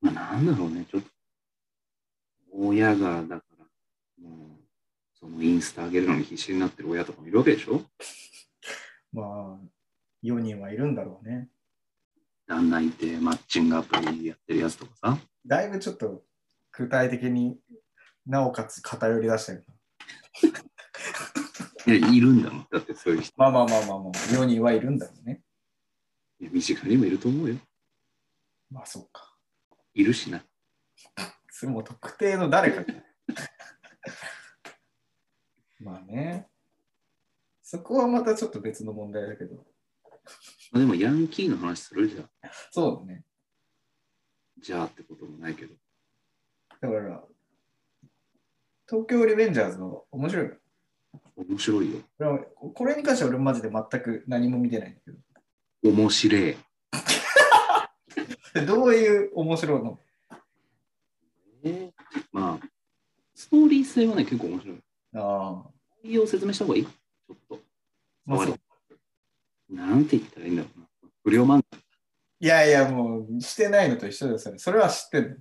Speaker 3: まあなんだろうね、ちょっと、親が、だから、もう、そのインスタ上げるのに必死になってる親とかもいるわけでしょ
Speaker 4: まあ、4人はいるんだろうね。
Speaker 3: 旦那いて、マッチングアプリやってるやつとかさ。
Speaker 4: だいぶちょっと具体的になおかつ偏り出してるな。
Speaker 3: いや、いるんだもん。だってそういう人、
Speaker 4: まあまあまあまあまあ、世にはいるんだろうね。
Speaker 3: いや身近にもいると思うよ。
Speaker 4: まあそうか。
Speaker 3: いるしな。
Speaker 4: それも特定の誰か。 まあね。そこはまたちょっと別の問題だけど。
Speaker 3: まあ、でもヤンキーの話するじゃん。
Speaker 4: そうだね。
Speaker 3: じゃあってこともないけど。
Speaker 4: だから、東京リベンジャーズは面白いよ。
Speaker 3: 面白いよ。
Speaker 4: これはこれに関しては俺マジで全く何も見てないんだけど
Speaker 3: 面白い。
Speaker 4: で。どういう面白いの
Speaker 3: まあ、ストーリー性はね、結構面白い。
Speaker 4: ああ。
Speaker 3: 内容を説明した方がいいちょっと。
Speaker 4: まあそう
Speaker 3: なんて言ったらいいんだろうな。不良漫画。
Speaker 4: いやいや、もうしてないのと一緒ですよね。それは知ってる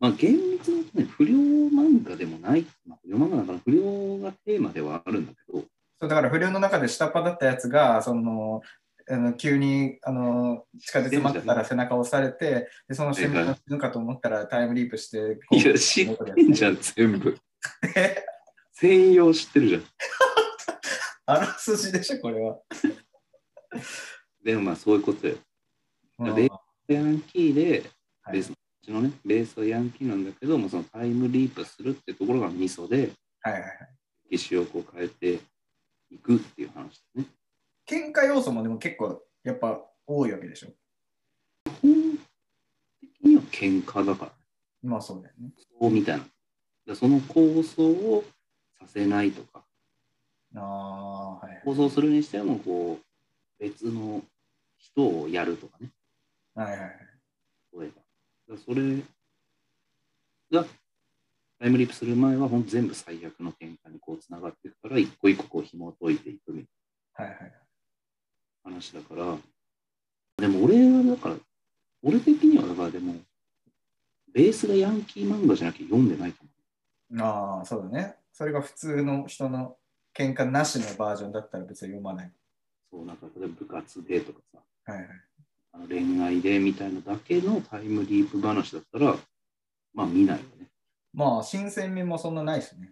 Speaker 3: まあ、厳密に言うとね、不良漫画でもない。まあ、不良漫画だから不良がテーマではあるんだけど、
Speaker 4: そうだから不良の中で下っ端だったやつが、その、あの急にあの地下鉄待ってたら背中を押されて、でその瞬間死ぬかと思ったらタイムリープして、こう
Speaker 3: いや、知ってんじゃん、全部。
Speaker 4: え
Speaker 3: 専用知ってるじゃん。
Speaker 4: あらすじでしょ、これは。
Speaker 3: でもまあ、そういうことよ。
Speaker 4: うん
Speaker 3: でヤンキーで、
Speaker 4: はい
Speaker 3: ベースうちのね、ベースはヤンキーなんだけども、そのタイムリープするってところがミソで、
Speaker 4: はいはいはい。
Speaker 3: 歴史をこう変えていくっていう話だね。
Speaker 4: 喧嘩要素もでも結構やっぱ多いわけでしょ。
Speaker 3: 的には喧嘩だから、
Speaker 4: まあそうだよね。
Speaker 3: そうみたいな。だからその構想をさせないとか、
Speaker 4: ああー、はい
Speaker 3: 構想するにしても、こう、別の人をやるとかね、
Speaker 4: はい。はいはいはい。
Speaker 3: 例えば。だからそれが、タイムリープする前は、ほんと全部最悪の喧嘩にこうつながっていくから、一個一個こう紐解いていくみたいな。
Speaker 4: はいはい、
Speaker 3: 話だから、でも俺はだから、俺的にはだからでも、ベースがヤンキー漫画じゃなきゃ読んでないと思
Speaker 4: ああ、そうだね。それが普通の人の喧嘩なしのバージョンだったら別に読まない。
Speaker 3: う。そう、なんか例えば部活でとかさ、
Speaker 4: はいはい。
Speaker 3: あの恋愛でみたいなだけのタイムリープ話だったら、まあ見ないよね。
Speaker 4: まあ、新鮮味もそんなないしね。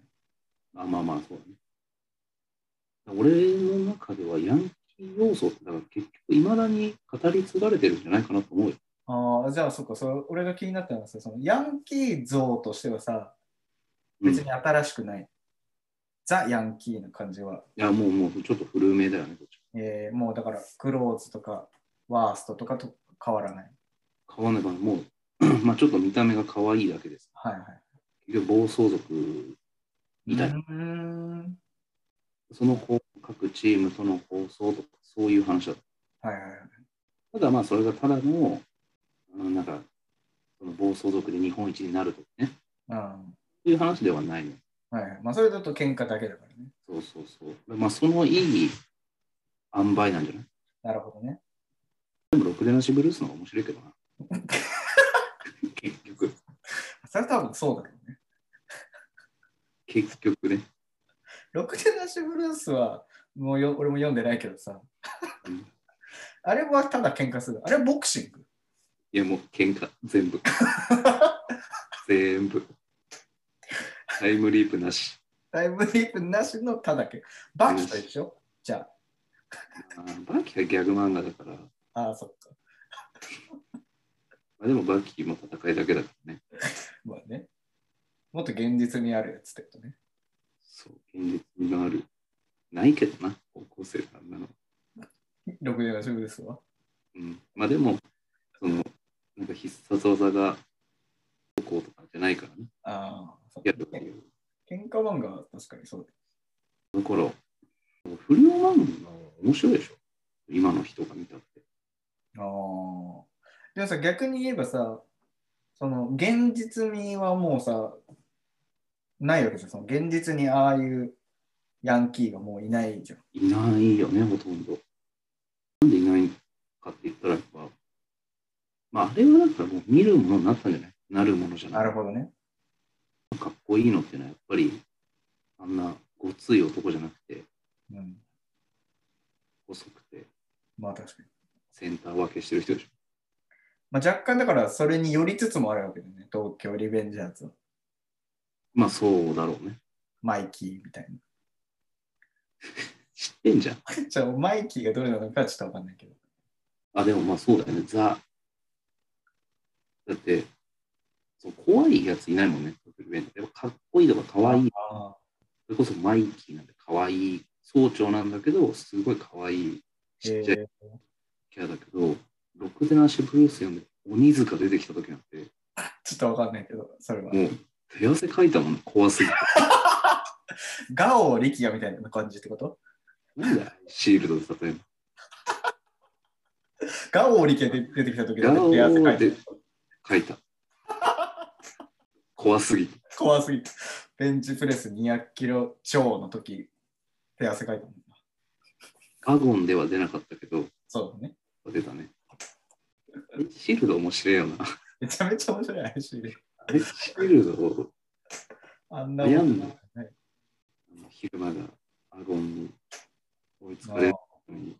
Speaker 3: あまあまあ、そうだね。俺の中ではヤンキー要素って、だから結局いまだに語り継がれてるんじゃないかなと思うよ。
Speaker 4: ああ、じゃあそっか、それ俺が気になったのはさ、そのヤンキー像としてはさ、
Speaker 3: うん、
Speaker 4: 別
Speaker 3: い
Speaker 4: に新しくない。ザ・ヤンキーの感じは、
Speaker 3: や、もうもうちょっと古めだよね、どっち
Speaker 4: えーもうだから、クローズとか、ワーストとかと変わらない。
Speaker 3: か。変わんないから、もう、 まあちょっと見た目が可愛いだけです。
Speaker 4: はいはい。
Speaker 3: 結局暴走族みたいな、
Speaker 4: うーん。
Speaker 3: そのこう各チームとの構想とか、そういう話だっ
Speaker 4: はいはいはい。
Speaker 3: た。ただまあ、それがただの、うんなんか、その暴走族で日本一になるとかね、
Speaker 4: うん。
Speaker 3: そういう話ではないの。
Speaker 4: はいはい。まあ、それだと喧嘩だけだからね。
Speaker 3: そうそうそう。まあ、そのいい塩梅なんじゃない
Speaker 4: なるほどね。
Speaker 3: でも、ろくでなしブルースの方が面白いけどな。結局、
Speaker 4: それは多分そうだろうね。
Speaker 3: 結局ね。
Speaker 4: ろくでなしブルースは、もうよ俺も読んでないけどさ
Speaker 3: うん。
Speaker 4: あれはただ喧嘩する。あれはボクシング。
Speaker 3: いや、もう喧嘩、全部。全部。タイムリープなし。
Speaker 4: タイムリープなしのただけ。バキと一緒じゃ
Speaker 3: あーバキはギャグ漫画だから。
Speaker 4: あ、ああ、そっか。
Speaker 3: まあ、でもバッキーも戦いだけだからね。
Speaker 4: まあね。もっと現実味あるやつってことね。
Speaker 3: そう、現実味のある。ないけどな、高校生さんなの。
Speaker 4: ろくでなしブルースは。
Speaker 3: うん。まあでも、その、なんか必殺技が、高校とかじゃないからね。
Speaker 4: ああ、そっ
Speaker 3: や
Speaker 4: か
Speaker 3: るっていう。
Speaker 4: 喧嘩漫画は確かにそう
Speaker 3: だから、不良漫画面白いでしょ。今の人が見たって。
Speaker 4: だ。ああ。でもさ、逆に言えばさ、その現実味はもうさ、ないわけじゃん。その現実にああいうヤンキーがもういないじゃん。
Speaker 3: いないよね、ほとんど。なんでいないかって言ったら、やっぱ、まああれはだからもう見るものになったんじゃないなるものじゃない。
Speaker 4: なるほどね。
Speaker 3: かっこいいのってのはやっぱりあんなごつい男じゃなくて
Speaker 4: うん。
Speaker 3: 細くて
Speaker 4: まあ確かに。
Speaker 3: センター分けしてる人でしょ。
Speaker 4: まあ、若干だからそれによりつつもあるわけだよね。東京リベンジャーズは。
Speaker 3: まあそうだろうね。
Speaker 4: マイキーみたいな。
Speaker 3: 知ってんじゃん。
Speaker 4: じゃあ、マイキーがどれなのかちょっとわかんないけど。
Speaker 3: あ、でもまあそうだよね。ザ。だって、そう怖いやついないもんね。特別でもかっこいいとかかわいい。
Speaker 4: あ
Speaker 3: それこそマイキーなんてかわいい。総長なんだけど、すごいかわいい。ち
Speaker 4: え
Speaker 3: っちゃいキャラだけど、ろくでなしブルース読んで鬼塚出てきた時なんて、
Speaker 4: ちょっとわかんないけど、それは。
Speaker 3: もう手汗かいたもん、怖すぎて。
Speaker 4: ガオ力也みたいな感じってこと
Speaker 3: なんでシールドで例える
Speaker 4: ガオ力也で出てきた時だ
Speaker 3: の
Speaker 4: っ
Speaker 3: ガオ
Speaker 4: て手汗かい
Speaker 3: ー
Speaker 4: て
Speaker 3: で書いた。怖すぎて。
Speaker 4: 怖すぎて。ベンチプレス200キロ超の時手汗かいたもんな。
Speaker 3: アゴンでは出なかったけど、
Speaker 4: そうだね。
Speaker 3: 出たね。シールド面白いよな。
Speaker 4: めちゃめちゃ面白い怪しいね。
Speaker 3: あれシールドを
Speaker 4: あんなもんなね。
Speaker 3: あの昼間がアゴンに追いつかれるのに、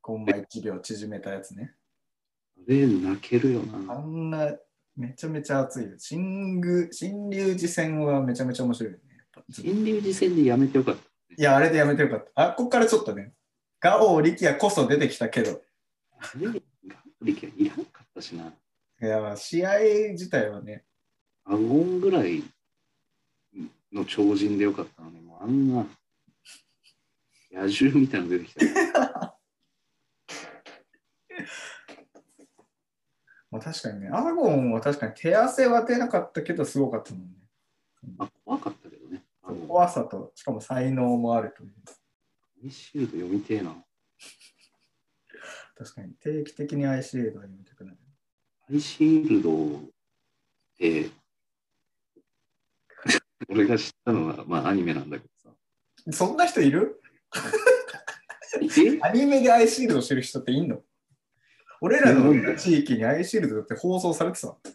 Speaker 4: コンマ1秒縮めたやつね。
Speaker 3: あれ泣けるよな
Speaker 4: あ。んなめちゃめちゃ熱いよ。新宮新竜寺戦はめちゃめちゃ面白いよね。やっぱ
Speaker 3: 新竜寺戦でやめてよかった。
Speaker 4: いや、あれでやめてよかった。あ、ここからちょっとね、ガオ力也こそ出てきたけど、
Speaker 3: あれ、ガンリキはいらんかったしな。
Speaker 4: いや、試合自体はね、
Speaker 3: アゴンぐらいの超人でよかったのに、もうあんな野獣みたいなの出てきた。
Speaker 4: まあ、確かにね、アゴンは確かに手汗は出なかったけど、すごかったもんね。
Speaker 3: まあ、怖かったけどね。あの
Speaker 4: 怖さと、しかも才能もあるという。
Speaker 3: アイシールド読みてえな。
Speaker 4: 確かに定期的にアイシールドは読みたくない。
Speaker 3: アイシールドって、 俺が知ったのは、まあ、アニメなんだけど
Speaker 4: そんな人いる
Speaker 3: さ。え
Speaker 4: アニメでアイシールドしてる人っていんの俺らの地域にアイシールドって放送されてたの
Speaker 3: さ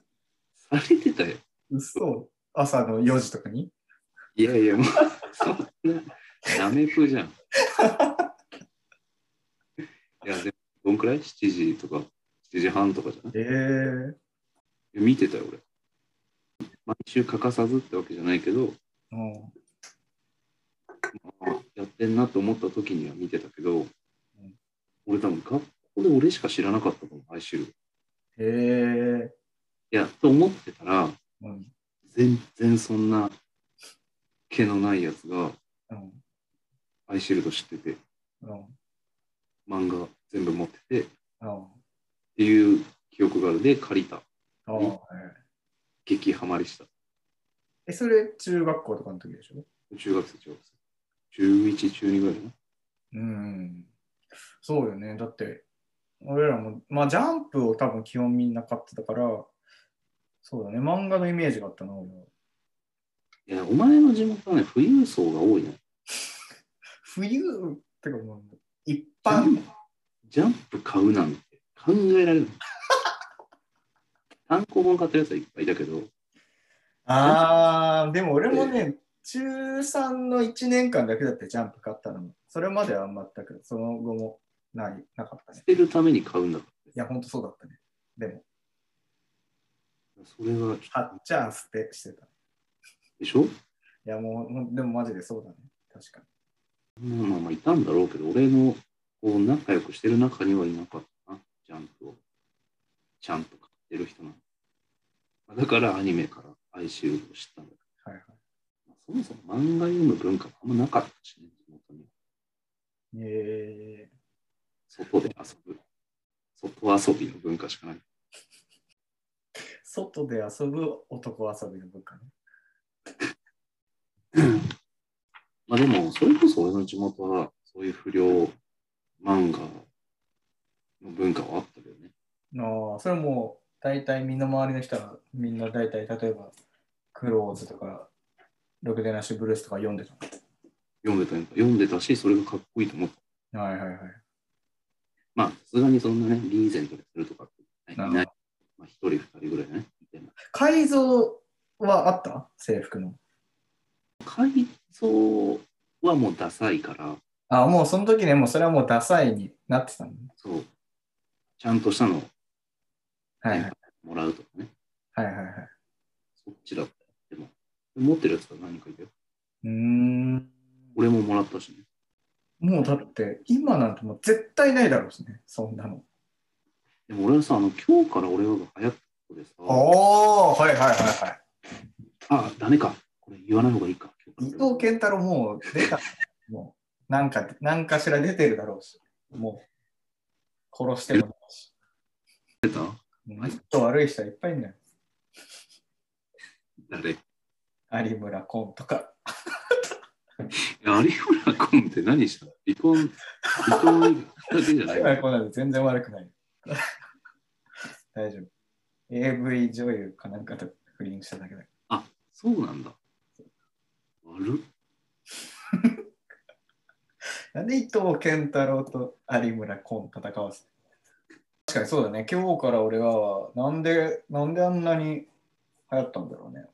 Speaker 3: れてたよ。
Speaker 4: 嘘朝の4時とかに
Speaker 3: いやいや、もう、そんな、ダメプじゃん。いや、でも、どんくらい ?7 時とか、7時半とかじゃない
Speaker 4: えー、
Speaker 3: 見てたよ、俺。毎週欠かさずってわけじゃないけど、
Speaker 4: うん
Speaker 3: あやってんなと思った時には見てたけど
Speaker 4: ん、
Speaker 3: 俺多分学校で俺しか知らなかったと思う、アイシールド。
Speaker 4: えー、
Speaker 3: いや、と思ってたら、
Speaker 4: うん
Speaker 3: 全然そんな毛のないやつが
Speaker 4: うん
Speaker 3: アイシールド知ってて、
Speaker 4: うん
Speaker 3: 漫画全部持ってて、
Speaker 4: うん
Speaker 3: っていう記憶があるで借りた
Speaker 4: あー
Speaker 3: うん
Speaker 4: はい
Speaker 3: 激ハマりした
Speaker 4: え、それ中学校とかの時でしょ
Speaker 3: 中学生中学生11中2ぐらいかな
Speaker 4: うん。そうよね。だって、俺らも、まあジャンプを多分基本みんな買ってたから、そうだね。漫画のイメージがあったな、俺は。
Speaker 3: いやお前の地元はね富裕層が多いね
Speaker 4: 冬ってかもう、一
Speaker 3: ジャ
Speaker 4: 般
Speaker 3: ン、ジャンプ買うなんて考えられない単行本買ってるやつはいっぱいいたけど
Speaker 4: ああ、でも俺もね、中3の1年間だけだってジャンプ買ったのも。それまでは全く、その後もない、なかったね
Speaker 3: 捨。てるために買うんだか
Speaker 4: いや、ほんとそうだったね。でも、
Speaker 3: らそれはちょ
Speaker 4: 買
Speaker 3: っ
Speaker 4: っちゃ捨てしてた。い
Speaker 3: とでしょ
Speaker 4: や、もうほん、でもマジでそうだね。確かに。
Speaker 3: まあまあまあいたんだろうけど俺のこう仲良くしてる中にはいなかったなジャンプをちゃんと買ってる人なのだからアニメから哀愁を知ったんだけど
Speaker 4: はいはい。
Speaker 3: まあそもそも漫画読む文化があんまなかったしね、地元に。
Speaker 4: え
Speaker 3: 外で遊ぶ。外遊びの文化しかない。
Speaker 4: ー、外で遊ぶ男遊びの文化ね。
Speaker 3: まあでも、それこそ俺の地元は、そういう不良漫画の文化はあったけどね。
Speaker 4: ああ、それもう大体身の回りの人はみんな大体例えばクローズとかロクデナッシュブルースとか読んでた
Speaker 3: 読んでたよ読んでたし、それがかっこいいと思った。
Speaker 4: の。はいはいはい。
Speaker 3: まあ、さすがにそんなね、リーゼントでするとかってい
Speaker 4: な
Speaker 3: ない。
Speaker 4: るほど
Speaker 3: まあ、一人、二人ぐらいね。みたいな
Speaker 4: 改造はあった制服の。
Speaker 3: 改造はもうダサいから、
Speaker 4: ああ、もうその時ね、もうそれはもうダサいになってたのね。
Speaker 3: そう、ちゃんとしたのを
Speaker 4: はいはい
Speaker 3: もらうとかね。
Speaker 4: はいはいはい。
Speaker 3: そっちだったよ。でも、持ってるやつが何人かいたよ。
Speaker 4: うーん。
Speaker 3: 俺ももらったしね。
Speaker 4: もうだって今なんてもう絶対ないだろうしね、そんなの。
Speaker 3: でも俺はさ、あの、今日から俺はが流行ったことでさ、
Speaker 4: おおはいはいはいはい。
Speaker 3: あ、ダメか。これ言わない方がいいか。
Speaker 4: 伊藤健太郎もう出た。 もう、なんか、なんかしら出てるだろうし、もう、殺してもないし。
Speaker 3: 出た
Speaker 4: もうちょっと悪い人はいっぱいいるんだよ。
Speaker 3: 誰
Speaker 4: 有村コンとか。
Speaker 3: や有村昆って何したの離婚、離婚だけじゃない。
Speaker 4: 今こうなると全然悪くない。 大丈夫。AV 女優かなんかと不倫しただけだ。
Speaker 3: そうなんだ。悪っ
Speaker 4: なんで伊藤健太郎と有村昆戦わせ確かにそうだね。今日から俺は、なんで、なんであんなに流行ったんだろうね。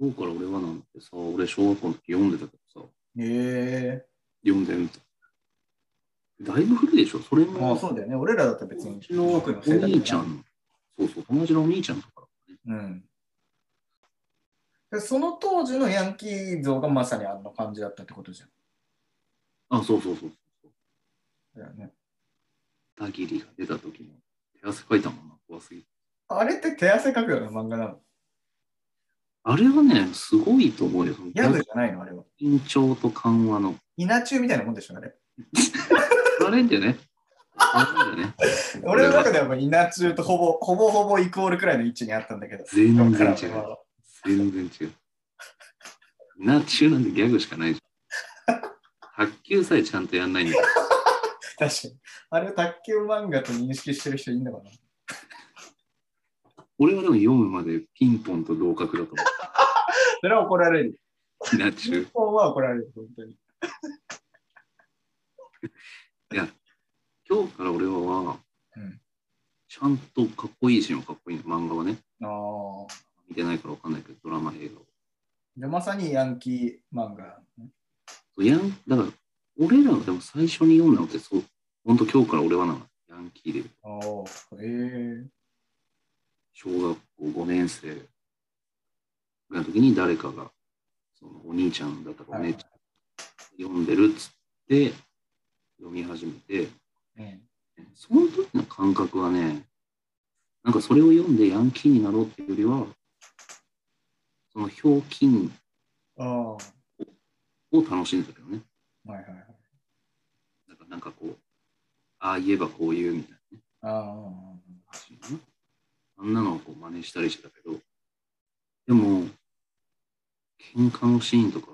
Speaker 3: そうから俺はなんてさ、俺小学校の時読んでたけどさ、
Speaker 4: へえ
Speaker 3: 読んでんだいぶ古いでしょそれ
Speaker 4: ま
Speaker 3: も、
Speaker 4: あそうだよね。俺らだって別に。
Speaker 3: うちのお兄ちゃんの、そうそう、友達のお兄ちゃんとか、ね、
Speaker 4: うん。でその当時のヤンキー像がまさにあの感じだったってことじゃん。
Speaker 3: あ、そうそうそうそう。
Speaker 4: だよね、
Speaker 3: 片桐が出た時の手汗かいたもんな、怖すぎて。
Speaker 4: あれって手汗かくような漫画なの。
Speaker 3: あれはね、すごいと思うよ。その
Speaker 4: ヤブじゃないのあれは。
Speaker 3: 緊張と緩和の。
Speaker 4: 稲中みたいなもんでしょあれ。
Speaker 3: あれんだよね。あれんだよ ね。
Speaker 4: 俺の中ではもう稲中とほぼほぼほぼイコールくらいの位置にあったんだけど。
Speaker 3: 全然違う
Speaker 4: だからまあ
Speaker 3: 全然違う。な、中なんてギャグしかないじゃん。 卓球さえちゃんとやんないんだよ。
Speaker 4: 確かに。あれを卓球漫画と認識してる人いんのかな
Speaker 3: 俺はでも読むまでピンポンと同格だと思
Speaker 4: それは怒られる。
Speaker 3: う。な、
Speaker 4: 日
Speaker 3: 中。
Speaker 4: 本は怒られる、本当に。
Speaker 3: 今日から俺は、
Speaker 4: うん
Speaker 3: ちゃんとかっこいいシーンはかっこいいの。漫画はね。
Speaker 4: ああ。
Speaker 3: 見てないからわかんないけど、ドラマ、映画を
Speaker 4: で、まさにヤンキー漫画。
Speaker 3: そうやん、だから、俺らがでも最初に読んだのって、そう、ほんと今日から俺はな、ヤンキーで、
Speaker 4: ああ。ええー。
Speaker 3: 小学校5年生ぐらいの時に誰かが、そのお兄ちゃんだったかお姉ちゃん読んでるっつって、読み始めて、
Speaker 4: うん
Speaker 3: その時の感覚はね、なんかそれを読んでヤンキーになろうっていうよりは、そのひょうきん
Speaker 4: ああ。は
Speaker 3: を楽しんでたけどね。
Speaker 4: いはいはい。
Speaker 3: なんかなんかこう、ああ言えばこういうみたいな。
Speaker 4: ああ。
Speaker 3: あんなのをこう真似したりしてたけど、でも、喧嘩のシーンとか、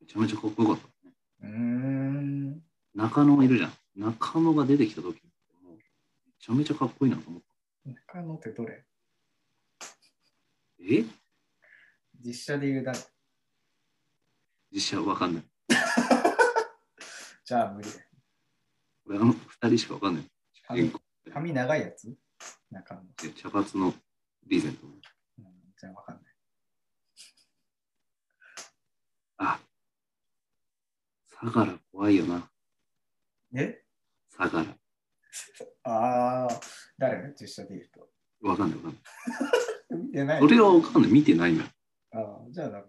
Speaker 3: めちゃめちゃかっこよかった、ね。
Speaker 4: うーん。
Speaker 3: 中野いるじゃん。中野が出てきた時もうめちゃめちゃかっこいいなと思った。
Speaker 4: 中野ってどれ
Speaker 3: え
Speaker 4: 実写で言うだ。
Speaker 3: 実写わかんない。
Speaker 4: じゃあ無理だよ。
Speaker 3: 俺、あの二人しかわかんない。
Speaker 4: 髪
Speaker 3: 主人公
Speaker 4: 髪長いやつ中野。
Speaker 3: で茶髪のリーゼント。
Speaker 4: うん、じゃあわかんない。
Speaker 3: あ、相良怖いよな。
Speaker 4: え
Speaker 3: 相良。
Speaker 4: ああ。誰実写で言うと。
Speaker 3: わかんないわかんない。
Speaker 4: 見てない。
Speaker 3: それはわかんない。見てないんだ。
Speaker 4: ああ、じゃあダメ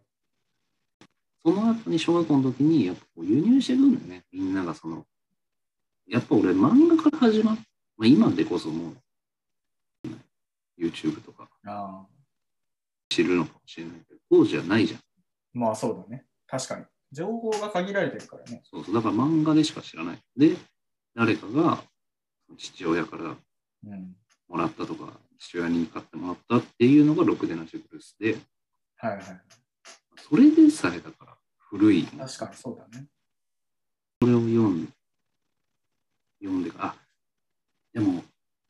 Speaker 3: その後に小学校の時にやっぱこう輸入してくんだよね、みんながその。やっぱ俺漫画から始まっまあ、今でこそもう YouTube とか
Speaker 4: ああ。
Speaker 3: 知るのかもしれないけど、当時はないじゃん。
Speaker 4: まあそうだね。確かに。情報が限られてるからね。
Speaker 3: そうそう、だから漫画でしか知らない。で、誰かが父親から
Speaker 4: うん。
Speaker 3: もらったとか、父親に買ってもらったっていうのがろくでなしブルースで、
Speaker 4: はいはい。
Speaker 3: それでさえだから古いの
Speaker 4: 確かにそうだね。
Speaker 3: それを読んで、読んでか、あ、でも、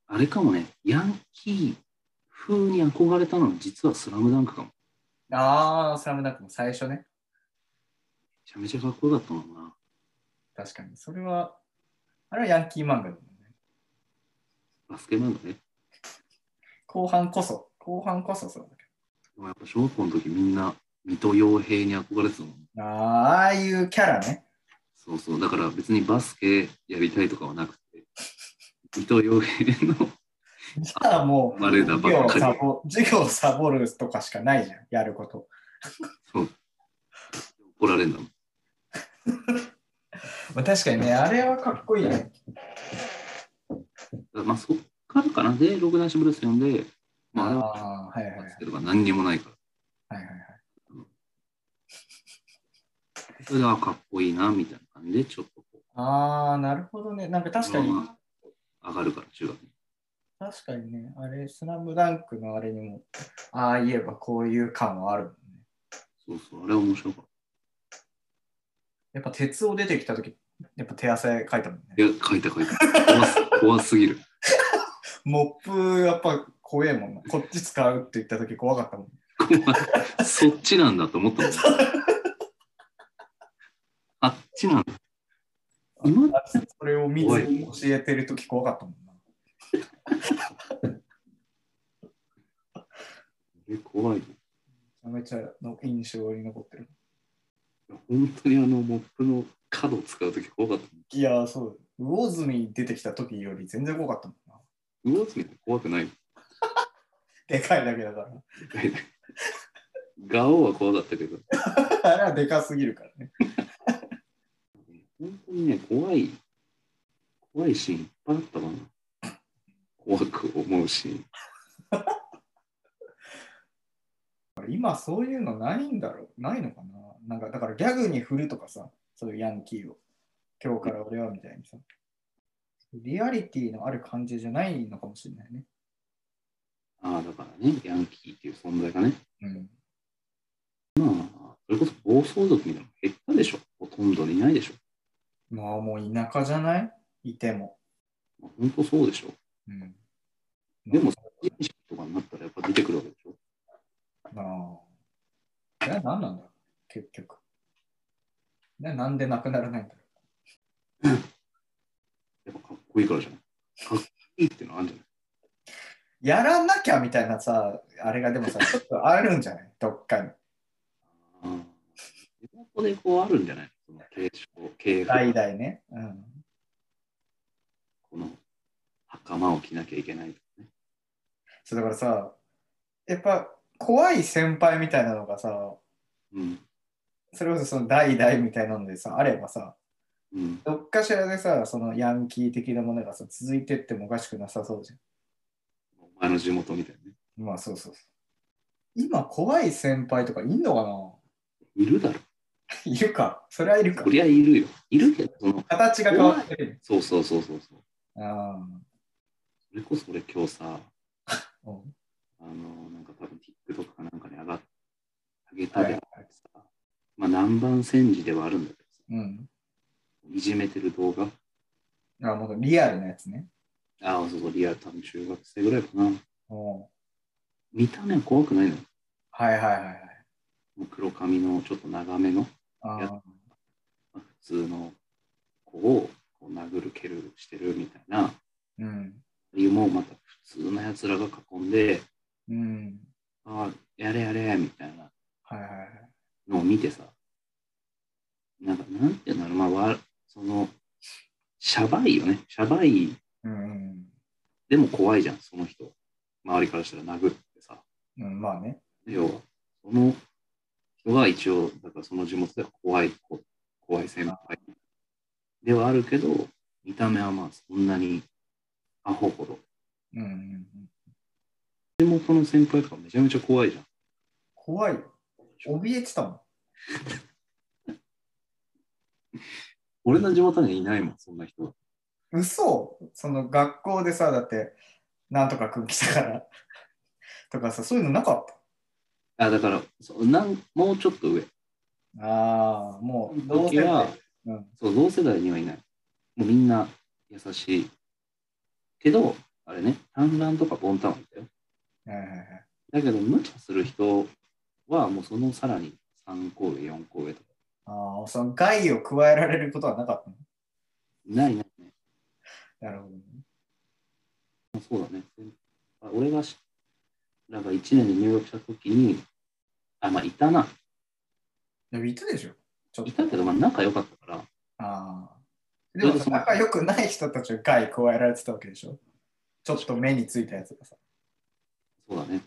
Speaker 3: あれかもね、ヤンキー風に憧れたのは実はスラムダンクかも。め
Speaker 4: ああ、スラムダンクも最初ね。
Speaker 3: ちゃめちゃかっこよかったもんな。
Speaker 4: 確かに。それは、あれはヤンキー漫画だもんね。
Speaker 3: バスケ漫画ね。
Speaker 4: 後半こそ、後半こそそうだけ
Speaker 3: でもやっぱ小学校の時みんな、水戸洋平に憧れてたもん。
Speaker 4: ど。ああああいうキャラね。
Speaker 3: そうそう、だから別にバスケやりたいとかはなくて、水戸洋平の、
Speaker 4: じゃあもう、
Speaker 3: あれだ
Speaker 4: 授業
Speaker 3: ばっ
Speaker 4: を
Speaker 3: かり
Speaker 4: サボ授業をサボるとかしかないじゃん、やること。
Speaker 3: 怒られるんだもん。
Speaker 4: まあ、確かにね、あれはかっこいいね。
Speaker 3: だからまあそっからかな。で、ログナッシュブルース読んで、まああれは
Speaker 4: ああー、はいはいは
Speaker 3: バ
Speaker 4: い
Speaker 3: スケとか何にもないから。
Speaker 4: はいはい。
Speaker 3: それで、あ、かっこいいな、みたいな感じで、ちょっとこう。
Speaker 4: ああ、なるほどね。なんか確かに、
Speaker 3: まあ上がるから、中学に。
Speaker 4: 確かにね、あれ、スラムダンクのあれにも、ああ言えばこういう感はあるもんね。
Speaker 3: そうそう、あれは面白かっ
Speaker 4: やっぱ鉄を出てきたとき、やっぱ手汗かいたもん
Speaker 3: い
Speaker 4: ね。
Speaker 3: や、書いた書いた。怖す怖すぎる。
Speaker 4: モップやっぱ怖えもんな。こっち使うって言ったとき怖かったもん。
Speaker 3: 怖いそっちなんだと思ったもん。あっちなんだ。今
Speaker 4: あそれを水に教えてるとき怖かったもんな。
Speaker 3: え怖い。
Speaker 4: めちゃめちゃの印象に残ってる。
Speaker 3: 本当にあのモップの角を使うとき怖かった。
Speaker 4: いやー、そう。魚住出てきたときより全然怖かったもんな。
Speaker 3: 魚住って怖くない。
Speaker 4: でかいだけだから。
Speaker 3: ガオは怖かったけど、
Speaker 4: あれはでかすぎるからね。
Speaker 3: 本当にね、怖い、怖いシーンいっぱいあったかな。怖く思うシーン。
Speaker 4: 今そういうのないんだろうないのかななんかだからギャグに振るとかさ、そういうヤンキーを。今日から俺はみたいにさ。リアリティのある感じじゃないのかもしれないね。
Speaker 3: ああ、だからね、ヤンキーっていう存在がね、
Speaker 4: うん。
Speaker 3: それこそ暴走族みたいなの減ったでしょ。ほとんどいないでしょ。
Speaker 4: まあもう田舎じゃないいても。
Speaker 3: まあ本当そうでしょ。
Speaker 4: うん。
Speaker 3: でも人種とかになったらやっぱ出てくるわけでしょ。
Speaker 4: なあ。え、何なんだろう結局。ななんでなくならないんだろ
Speaker 3: やっぱかっこいいからじゃない。かっこいいっていうのあるんじゃないう
Speaker 4: やらなきゃみたいなさ、あれがでもさ、ちょっとあるんじゃない どっかに。
Speaker 3: あー地元でこうあるんじゃないその継承、継承、
Speaker 4: 代々ね。うん。
Speaker 3: この袴を着なきゃいけないとかね。
Speaker 4: そうだからさ、やっぱ怖い先輩みたいなのがさ、
Speaker 3: うん。
Speaker 4: それこそその代々みたいなのでさ、あればさ、
Speaker 3: うん。
Speaker 4: どっかしらでさ、そのヤンキー的なものがさ、続いてってもおかしくなさそうじ
Speaker 3: お前の地元みたいなね。
Speaker 4: ゃん。まあそうそうそう。今、怖い先輩とかいんのか
Speaker 3: いるだろ。
Speaker 4: な いるか。それはいるか
Speaker 3: こ。りゃいるよ。いるけど、その、
Speaker 4: 形が変わってる。
Speaker 3: そうそうそうそうそう。
Speaker 4: あ
Speaker 3: それこそ俺今日さ、
Speaker 4: あ。うん
Speaker 3: あの、なんか多分 TikTok かなんかに上がっ上げたけど
Speaker 4: はい
Speaker 3: さ、まあ南蛮戦時ではあるんだけどさ、
Speaker 4: うん。
Speaker 3: いじめてる動画、
Speaker 4: あもうリアルなやつね。
Speaker 3: ああ、そうそう、リアル、多分中学生ぐらいかな。
Speaker 4: うん
Speaker 3: 見た目は怖くないのよ。
Speaker 4: はいはいはいはい。
Speaker 3: もう黒髪のちょっと長めの、
Speaker 4: あー
Speaker 3: まあ普通の子をこう殴る蹴るしてるみたいな、
Speaker 4: うん。
Speaker 3: いうもうまた普通のやつらが囲んで、
Speaker 4: うん。
Speaker 3: ああ、やれやれみたいな
Speaker 4: はいはいはい。
Speaker 3: のを見てさ、なんかなんていうんだろう、まあわ、その、シャバいよね。シャバい、
Speaker 4: うん
Speaker 3: でも怖いじゃん、その人。周りからしたら殴ってさ。
Speaker 4: うん。うん、まあね。
Speaker 3: 要は、その人が一応、だからその地元では怖い子、怖い先輩ではあるけど、見た目はまあそんなにアホほど。
Speaker 4: うんうんうん。
Speaker 3: 地元の先輩とかめちゃめちゃ怖いじゃん。
Speaker 4: 怖いよ。怯えてたもん。
Speaker 3: 俺の地元にはいないもん、そんな人は。
Speaker 4: 嘘その学校でさ、だって、なんとか君来たから。とかさ、そういうのなかっ
Speaker 3: あ、だから、そうなんもうちょっと上。
Speaker 4: た。ああ、もう、どう
Speaker 3: 同
Speaker 4: せ
Speaker 3: 世代
Speaker 4: うん
Speaker 3: そう同世代にはいない。もうみんな優しい。けど、あれね、単乱とかボンタンはいたよ。
Speaker 4: はいはいはい
Speaker 3: だけど、無茶する人は、もうそのさらに3校上、4校上とか。
Speaker 4: ああ、その害を加えられることはなかったの
Speaker 3: ないないね。
Speaker 4: なるほどね。
Speaker 3: そうだね。あ俺がし、なんか1年で入学したときに、あ、まあ、いたな。
Speaker 4: でも、いたでしょちょっ
Speaker 3: い
Speaker 4: と。
Speaker 3: たけど、まあ、仲良かったから、
Speaker 4: ああ。でもさ、仲良くない人たちが害加えられてたわけでしょちょっと目についたやつがさ。
Speaker 3: そうだね。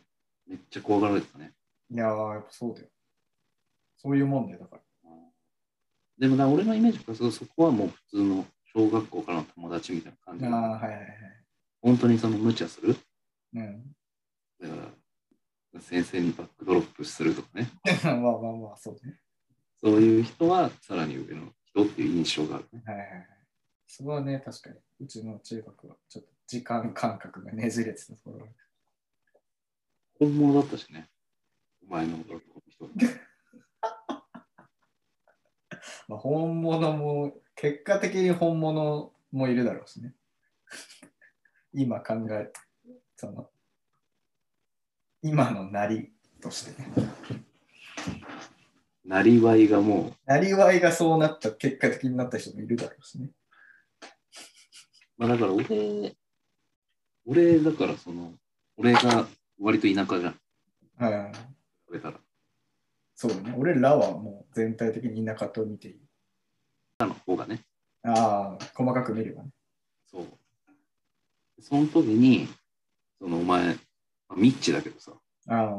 Speaker 3: めっちゃ怖がられてたね。
Speaker 4: いやー、やっぱそうだよ。そういうもんだよ、だから。
Speaker 3: でもな、俺のイメージからすると、そこはもう普通の小学校からの友達みたいな感じで
Speaker 4: ああ、はいはいはい。
Speaker 3: 本当にその無茶する。
Speaker 4: うん。
Speaker 3: だから、先生にバックドロップするとかね。
Speaker 4: まあまあまあ、そうね。
Speaker 3: そういう人は、さらに上の人っていう印象があるね。
Speaker 4: はいはいはい。そこはね、確かに。うちの中学は、ちょっと時間感覚がねじれてたところがある。
Speaker 3: 本物だったしね。お前の学校の人。
Speaker 4: まあ、本物も、結果的に本物もいるだろうしね。 今考え、その、今のなりとしてね。
Speaker 3: なりわいがも
Speaker 4: なりわいがそうなった、結果的になった人もいるだろうしね。
Speaker 3: う、まあ、だから俺、俺だからその、俺が割と田舎じゃん、
Speaker 4: うん。
Speaker 3: だから。
Speaker 4: そうだね。俺らはもう全体的に田舎と見ていい。
Speaker 3: 田の方がね。
Speaker 4: ああ、細かく見ればね。
Speaker 3: そう。その時に、そのお前、まあミッチだけどさ、
Speaker 4: ああ、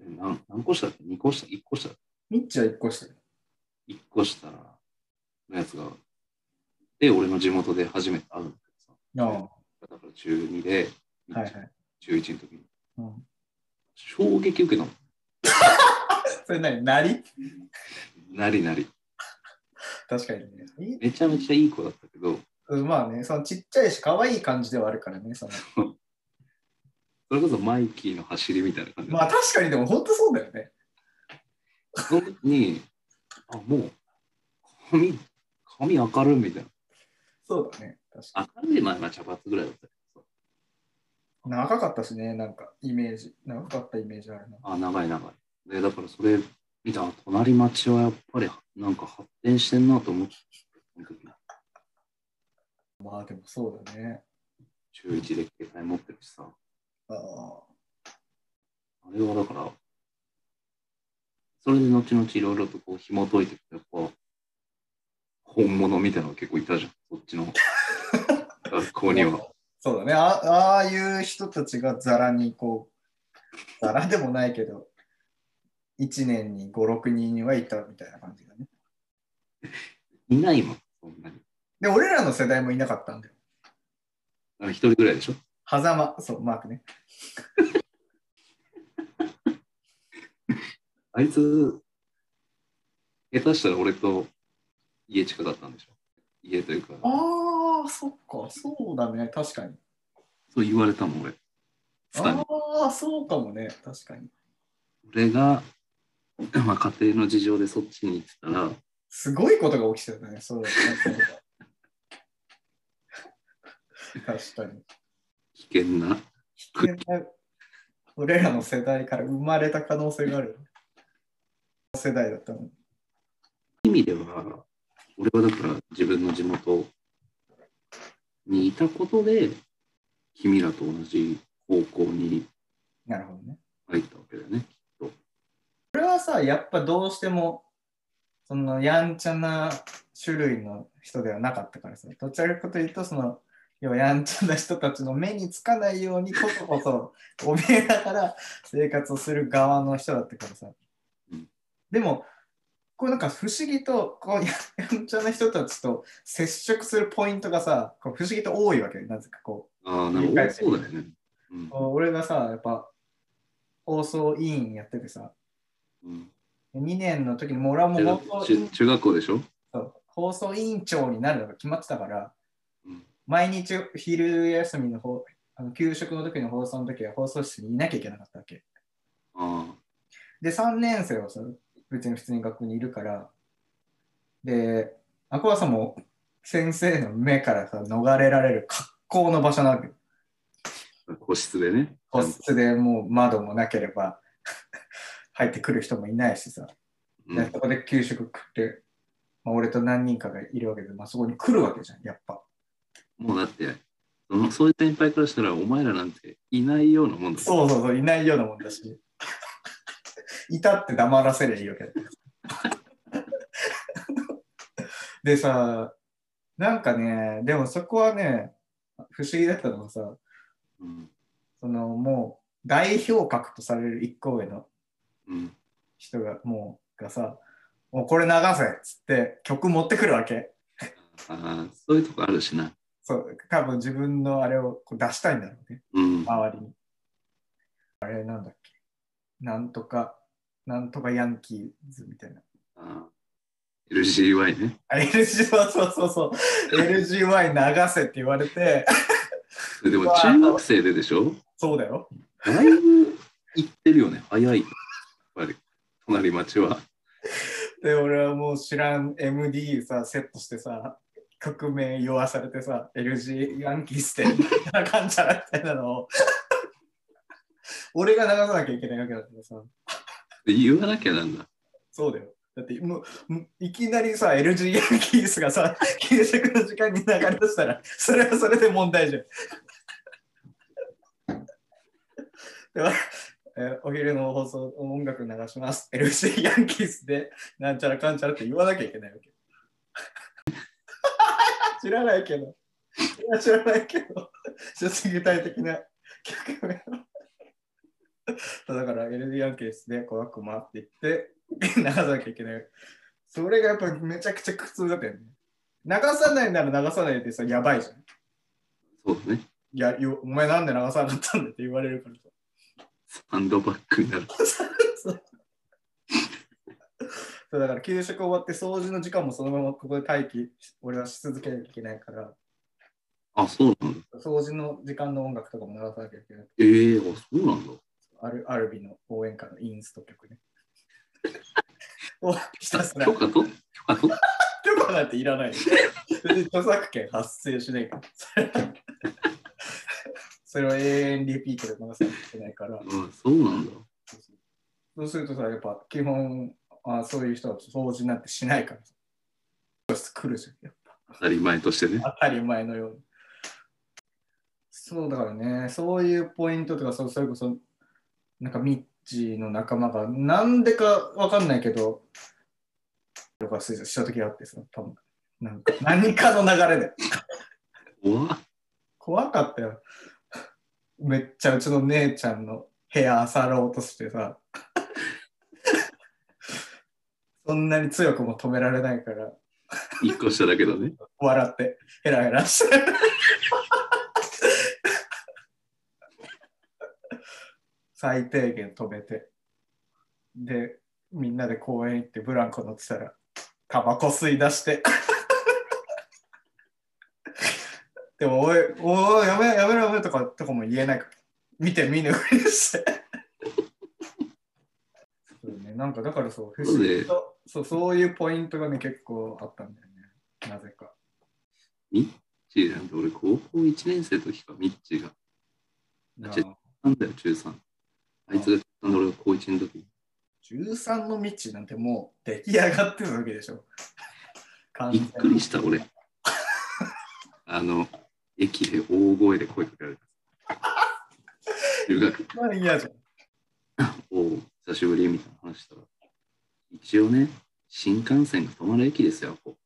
Speaker 3: 何何個下だっけ ?2 個下 ?1 個下
Speaker 4: ミッチは一個下だよ。
Speaker 3: 一個下のやつが、で、俺の地元で初めて会うんだけど
Speaker 4: あ
Speaker 3: さ、だから中2で、
Speaker 4: あ、はいはい。
Speaker 3: 中1の時に、
Speaker 4: うん、
Speaker 3: 衝撃受けたもん。
Speaker 4: それなになり
Speaker 3: なりなり。
Speaker 4: 確かにね。いい
Speaker 3: めちゃめちゃいい子だったけど、
Speaker 4: うんまあね、そのちっちゃいし、可愛い感じではあるからね。その
Speaker 3: それこそマイキーの走りみたいな感じで、
Speaker 4: まあ確かに、でも本当そうだよね。
Speaker 3: その時に、あ、もう、髪、髪明るいみたい
Speaker 4: そうだね。確か
Speaker 3: な。明るい前は茶髪ぐらいだったけどさ
Speaker 4: に。長かったしね、なんかイメージ。長かったイメージあるな。
Speaker 3: あ、長い長い。で、だからそれ見たら隣町はやっぱりなんか発展してんなと思って、その時
Speaker 4: まあでもそうだね。
Speaker 3: 中1で携帯持ってるしさ。
Speaker 4: ああ、
Speaker 3: あれはだから、それで後々いろいろとこう紐解いていくと、やっぱ、本物みたいなのが結構いたじゃん、そっち の学校には。
Speaker 4: そうだね。あああいう人たちがザラにこう、ザラでもないけど、1年に5、6人はいたみたいな感じだね。
Speaker 3: いないもん、そんなに。
Speaker 4: で、俺らの世代もいなかったんだよ。
Speaker 3: あの一人ぐらいでしょ
Speaker 4: 狭間、そう、マークね。
Speaker 3: あいつ、下手したら俺と家近かったんでしょ家というか、
Speaker 4: ああ、そっか、そうだね、確かに。
Speaker 3: そう言われたもん、俺。スタに
Speaker 4: ああ、そうかもね、確かに。
Speaker 3: 俺が、まあ、家庭の事情でそっちに行ってたら、
Speaker 4: すごいことが起きてるね、そうだね。 確かに。
Speaker 3: 危険な、
Speaker 4: 危険な俺らの世代から生まれた可能性がある。世代だったの。
Speaker 3: 意味では、俺はだから自分の地元にいたことで、君らと同じ高校に
Speaker 4: なるほどね。
Speaker 3: 入ったわけだよね。
Speaker 4: これはさ、やっぱどうしても、そのやんちゃな種類の人ではなかったからさ、どちらかというと、その、要はやんちゃな人たちの目につかないようにこそこそ、おめえだから生活をする側の人だったからさ
Speaker 3: うん。
Speaker 4: でも、こうなんか不思議と、こうややんちゃな人たちと接触するポイントがさ、こう不思議と多いわけよなぜかこう。
Speaker 3: ああ、なんか多そうだよね。うん
Speaker 4: こう俺がさ、やっぱ放送委員やっててさ、
Speaker 3: うん
Speaker 4: 2年の時にもう俺はもう
Speaker 3: 中
Speaker 4: 放
Speaker 3: 学
Speaker 4: 送委員
Speaker 3: 中中学校でしょ、
Speaker 4: そう放送委員長になるのが決まってたから、
Speaker 3: うん
Speaker 4: 毎日昼休みの方あの給食の時の放送の時は放送室にいなきゃいけなかったわけ。
Speaker 3: あ
Speaker 4: で、3年生はさ、別に普通に学校にいるから、で、アコアさんも先生の目からさ、逃れられる格好の場所なわけ。
Speaker 3: あ、個室でね。
Speaker 4: 個室でもう窓もなければ 入ってくる人もいないしさ、
Speaker 3: うん、
Speaker 4: でそこで給食食って、まあ、俺と何人かがいるわけで、まあ、そこに来るわけじゃんやっぱ
Speaker 3: もうだって、そのそういう先輩からしたら、お前らなんていないようなもんだ
Speaker 4: そうそうそういないようなもんだし いたって黙らせりゃいいわけ だでさなんかねでもそこはね不思議だったのがさ
Speaker 3: うん
Speaker 4: そのもう代表格とされる一個上の
Speaker 3: うん、
Speaker 4: 人がもうがさ「もうこれ流せ」っつって曲持ってくるわけ
Speaker 3: ああ、そういうとこあるしな。
Speaker 4: そう多分自分のあれをこう出したいんだろうね
Speaker 3: うん、
Speaker 4: 周りにあれなんだっけなんとかなんとかヤンキーズみたいな
Speaker 3: あー LGY ね。
Speaker 4: あ LGY そうそうそう LGY 流せって言われて
Speaker 3: でも中学生ででしょ
Speaker 4: そうだよ
Speaker 3: だいぶ行ってるよね、早い。やっぱり、隣町は。
Speaker 4: で、俺はもう知らん MD さ、セットしてさ、革命酔わされてさ、LG ヤンキースて、なんかんちゃらみたいなのを、俺が流さなきゃいけないわけだからさ、
Speaker 3: 言わなきゃなんだ。
Speaker 4: そうだよ。だってもう、もういきなりさ、LG ヤンキースがさ、 給食の時間に流れ出したら、それはそれで問題じゃん。 では、えーお昼の放送、音楽流します。LG ヤンキースで、なんちゃらかんちゃらって言わなきゃいけないわけ。 知らないけど。いや知らないけど。ちょっと具体的な曲名を。 だから、LG ヤンキースで小悪魔って言って、 流さなきゃいけない。それがやっぱめちゃくちゃ苦痛だったよね。流さないなら流さないでさ、やばいじゃん。
Speaker 3: そうだね。
Speaker 4: いや、よお前なんで流さなかったんだって言われるからさ。
Speaker 3: サンドバッグになる。
Speaker 4: そうだから給食終わって掃除の時間もそのままここで待機し俺はし続けなきゃいけないから
Speaker 3: あ、そうなんだ。
Speaker 4: 掃除の時間の音楽とかも流さなきゃいけない
Speaker 3: ええあ、そうなんだ。
Speaker 4: アルアルビの応援歌のインスト曲ね おひたすら
Speaker 3: 許
Speaker 4: 許
Speaker 3: 可と許可と
Speaker 4: 可なんていらない別に著作権発生しないから それは永遠リピートで流さなきゃいけないから
Speaker 3: うん、そうなんだ。
Speaker 4: そうするとさ、やっぱ基本、あそういう人は掃除なんてしないから さ。来るじゃん。
Speaker 3: 当たり前としてね。
Speaker 4: 当たり前のように。そうだからね、そういうポイントとか、そうそれこそ、なんかミッチーの仲間が、なんでかわかんないけど、とかした時があってさ、多分なんか何かの流れで。
Speaker 3: 怖っ
Speaker 4: 怖かったよ。めっちゃうちの姉ちゃんの部屋漁ろうとしてさ。そんなに強くも止められないから、
Speaker 3: 一個しただけだね。
Speaker 4: 笑って、ヘラヘラして。 最低限止めて。で、みんなで公園行ってブランコ乗ってたら、タバコ吸い出して。 でも、おい、おい、やめろやめろやめろとか、とかも言えないから。見て見ぬふりして。 そうね、なんかだからそう、不思議と、そう、そういうポイントがね、結構あったんだよね。なぜか。
Speaker 3: ミッチーなんて、俺、高校1年生の時か、ミッチーが。
Speaker 4: な
Speaker 3: ちなんだよ、中3。あいつが、あの俺が高1の時。
Speaker 4: 13の道なんてもう出来上がってたわけでしょ。完
Speaker 3: びっ
Speaker 4: 全に
Speaker 3: くりした、俺。あの、駅で大声で声かけられた。中学
Speaker 4: まあ嫌じゃん。
Speaker 3: お久しぶりみたいな話したら、一応ね、新幹線が止まる駅ですよ、こ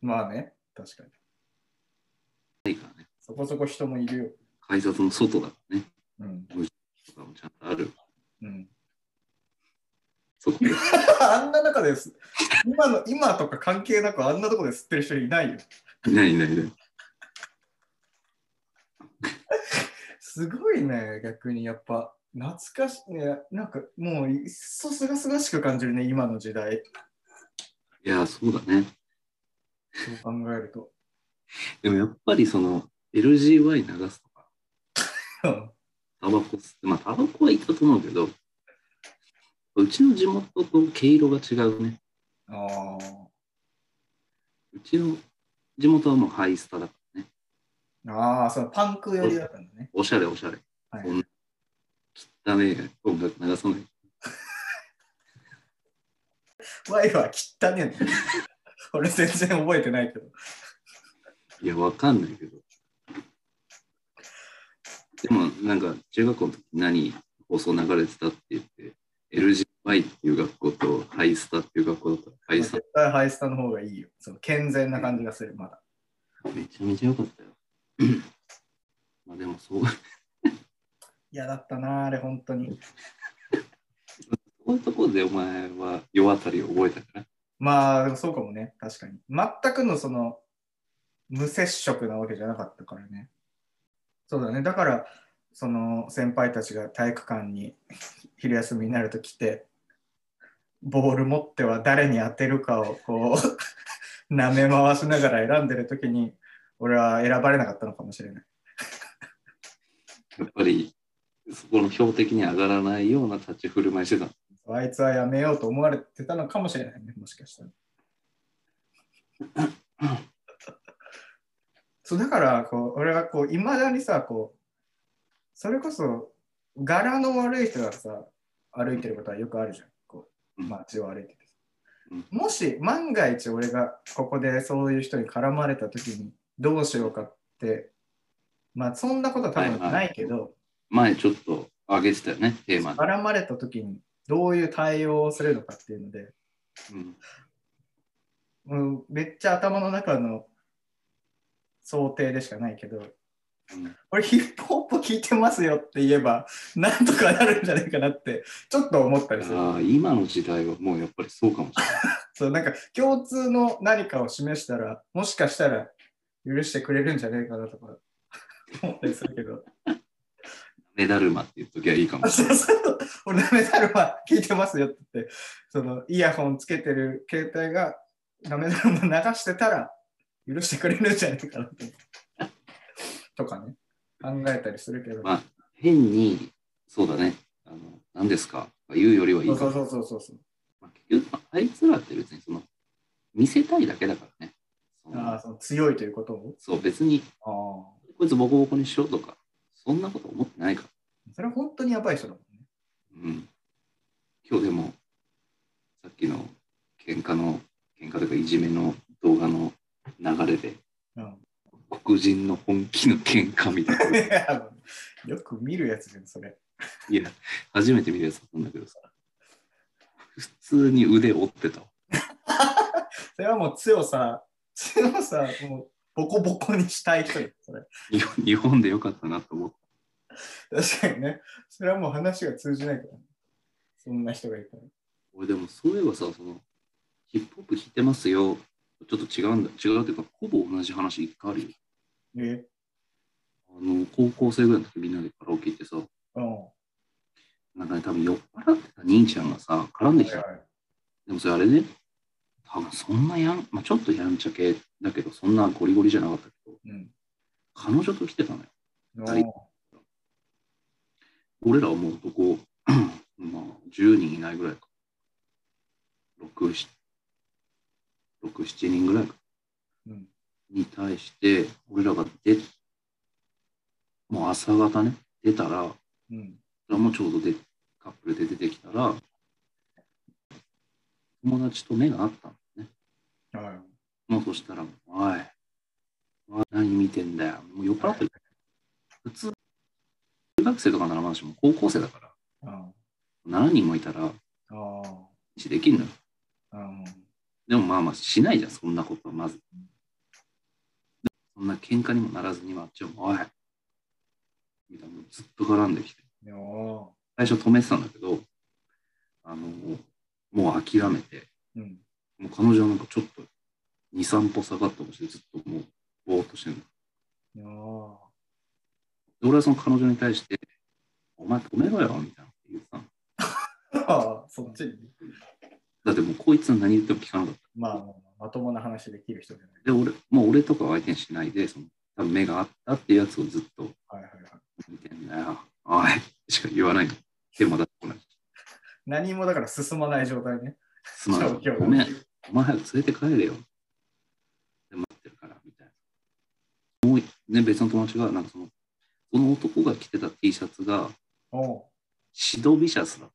Speaker 4: まあね、確かに。
Speaker 3: う。ないからね。
Speaker 4: そこそこ人もいるよ。
Speaker 3: 改札の外だからね。
Speaker 4: うん。
Speaker 3: とかもちゃんとある。
Speaker 4: うん、
Speaker 3: そこで、
Speaker 4: あんな中です。今の、今とか関係なくあんなとこで吸ってる人いないよ。
Speaker 3: いないいないいない。
Speaker 4: すごいね、逆にやっぱ。懐かしいね。なんかもういっそすがすがしく感じるね、今の時代。
Speaker 3: いや、そうだね。
Speaker 4: そう考えると。
Speaker 3: でもやっぱりその、LGY 流すとか、
Speaker 4: うん
Speaker 3: タバコ吸って、まあ、タバコはいったと思うけど、うちの地元と毛色が違うね。
Speaker 4: ああ。
Speaker 3: うちの地元はもうハイスタだからね。
Speaker 4: ああ、そう、パンク寄りだったんだね。
Speaker 3: おしゃれおしゃれ。
Speaker 4: はい
Speaker 3: そんな汚ねえ音楽流さない。
Speaker 4: ワイフは汚ねえの俺全然覚えてないけど。
Speaker 3: いや、わかんないけど。でも、なんか、中学校の時何放送流れてたって言って、LGY っていう学校とハイスタっていう学校だったら、ハイスタ
Speaker 4: 絶対ハイスタの方がいいよ。その健全な感じがする、まだ。
Speaker 3: めちゃめちゃ良かったよ。 まあでも、そう、そ
Speaker 4: 嫌だったな、あれ、本当に。
Speaker 3: ういうところでお前は世当たりを覚えたから。
Speaker 4: まあ、でもそうかもね、確かに。全くのその、無接触なわけじゃなかったからね。そうだね、だから、その先輩たちが体育館に昼休みになると来て、ボール持っては誰に当てるかをこう、 舐め回しながら選んでる時に、俺は選ばれなかったのかもしれない。
Speaker 3: やっぱり、そこの標的に上がらないような立ち振る舞いしてた。
Speaker 4: あいつはやめようと思われてたのかもしれないね、もしかしたら。 そうだからこう、俺はこう、いまだにさ、こう、それこそ、柄の悪い人がさ、歩いてることはよくあるじゃん。こう、
Speaker 3: うん
Speaker 4: 街を歩いててさ
Speaker 3: うん。
Speaker 4: もし、万が一俺がここでそういう人に絡まれた時に、どうしようかって、まあ、そんなことは多分ないけど、
Speaker 3: 前ちょっと上げてたよね、テーマで。
Speaker 4: 絡まれた時にどういう対応をするのかっていうので、
Speaker 3: うん
Speaker 4: うん、めっちゃ頭の中の想定でしかないけど、
Speaker 3: うん
Speaker 4: 俺ヒップホップ聞いてますよって言えば、 なんとかなるんじゃないかなって、ちょっと思ったりする。
Speaker 3: ああ今の時代はもうやっぱりそうかもしれない。
Speaker 4: そう、なんか共通の何かを示したら、もしかしたら許してくれるんじゃないかなとか思ったりするけど、
Speaker 3: メダルマって言っときゃいいかもしれ
Speaker 4: そうそう俺ダメだろ、ま聞いてますよって言って、そのイヤホンつけてる携帯がダメだろ、ま流してたら許してくれるんじゃないかなと思って とかね、考えたりするけど。
Speaker 3: まあない。変に、そうだね、あの何ですかとか言うよりはいい
Speaker 4: そう
Speaker 3: か
Speaker 4: そ
Speaker 3: も
Speaker 4: うそうそうそうそう。
Speaker 3: まあ結局、あいつらって別にその見せたいだけだからね。その
Speaker 4: ああ、その強いということを。
Speaker 3: そう、別に
Speaker 4: あ
Speaker 3: こいつボコボコにしようとか、そんなこと思ってないから。
Speaker 4: あ。それは本当にやばい人だもんね。
Speaker 3: うん、今日でも、さっきの喧嘩の、喧嘩というかいじめの動画の流れで、
Speaker 4: うん
Speaker 3: 黒人の本気の喧嘩みたいな。
Speaker 4: いや あのよく見るやつじゃん、それ。
Speaker 3: いや、初めて見るやつだったんだけどさ。普通に腕折ってたわ。
Speaker 4: それはもう強さ、強さ、もうボコボコにしたい人だよそれ。
Speaker 3: 日本 日本でよかったなと思って。
Speaker 4: 確かにね。それはもう話が通じないから、ね。そんな人がいたら。
Speaker 3: 俺でもそういえばさ、その、ヒップホップ聴いてますよ。ちょっと違うんだ。違うっていうか、ほぼ同じ話一回あるよ。
Speaker 4: え
Speaker 3: あの、高校生ぐらいの時みんなでカラオケ行ってさ、
Speaker 4: うん。
Speaker 3: なんかね、多分酔っ払ってた兄ちゃんがさ、絡んできたの。でもそれあれね、多分そんなやん、まあ、ちょっとやんちゃ系だけど、そんなゴリゴリじゃなかったけど、
Speaker 4: うん。
Speaker 3: 彼女と来てたのよ。
Speaker 4: うん
Speaker 3: 俺らはもう男、 まあ、10人いないぐらいか。6、7 6 7人ぐらいか。
Speaker 4: うん
Speaker 3: に対して、俺らが出、もう朝方ね、出たら、
Speaker 4: うん。
Speaker 3: らもちょうどでカップルで出てきたら、友達と目が合ったんだね。
Speaker 4: はい。
Speaker 3: もうそしたら、おい、おい何見てんだよ。もう酔っ払ってる。普通、中学生とかならまだしも高校生だから、
Speaker 4: うん。
Speaker 3: 7人もいたら、
Speaker 4: あ
Speaker 3: しできんのよ。
Speaker 4: あ。うん。
Speaker 3: でもまあまあしないじゃん、そんなことはまず。そんな喧嘩にもならずに、まあっちも、おい、みたいな、ずっと絡んできて。
Speaker 4: でも、
Speaker 3: 最初止めてたんだけど、あの、もう諦めて、
Speaker 4: うん。
Speaker 3: もう彼女はなんかちょっと2、3歩下がったとして、ずっともう、ぼーっとしてるの。
Speaker 4: いやー
Speaker 3: で、俺はその彼女に対して、お前止めろよ、みたいなこと言ってたの。
Speaker 4: ああ、そっちに。
Speaker 3: だってもうこいつは何言っても聞かなかっ
Speaker 4: まあ、まあまともな話できる人じゃない。
Speaker 3: た。で、俺、もう俺とかは相手にしないで、その、多分目があったっていうやつをずっと
Speaker 4: はいはいはい。
Speaker 3: 見てんだよ。おい、しか言わないの。手も出してこない。
Speaker 4: 何もだから進まない状態ね。
Speaker 3: すまない。
Speaker 4: 状況
Speaker 3: ごめん、お前早く連れて帰れよ。で、待ってるから、みたいな。もう、ね、別の友達が、なんかその、その男が着てた T シャツが、
Speaker 4: おう
Speaker 3: シドビシャスだっ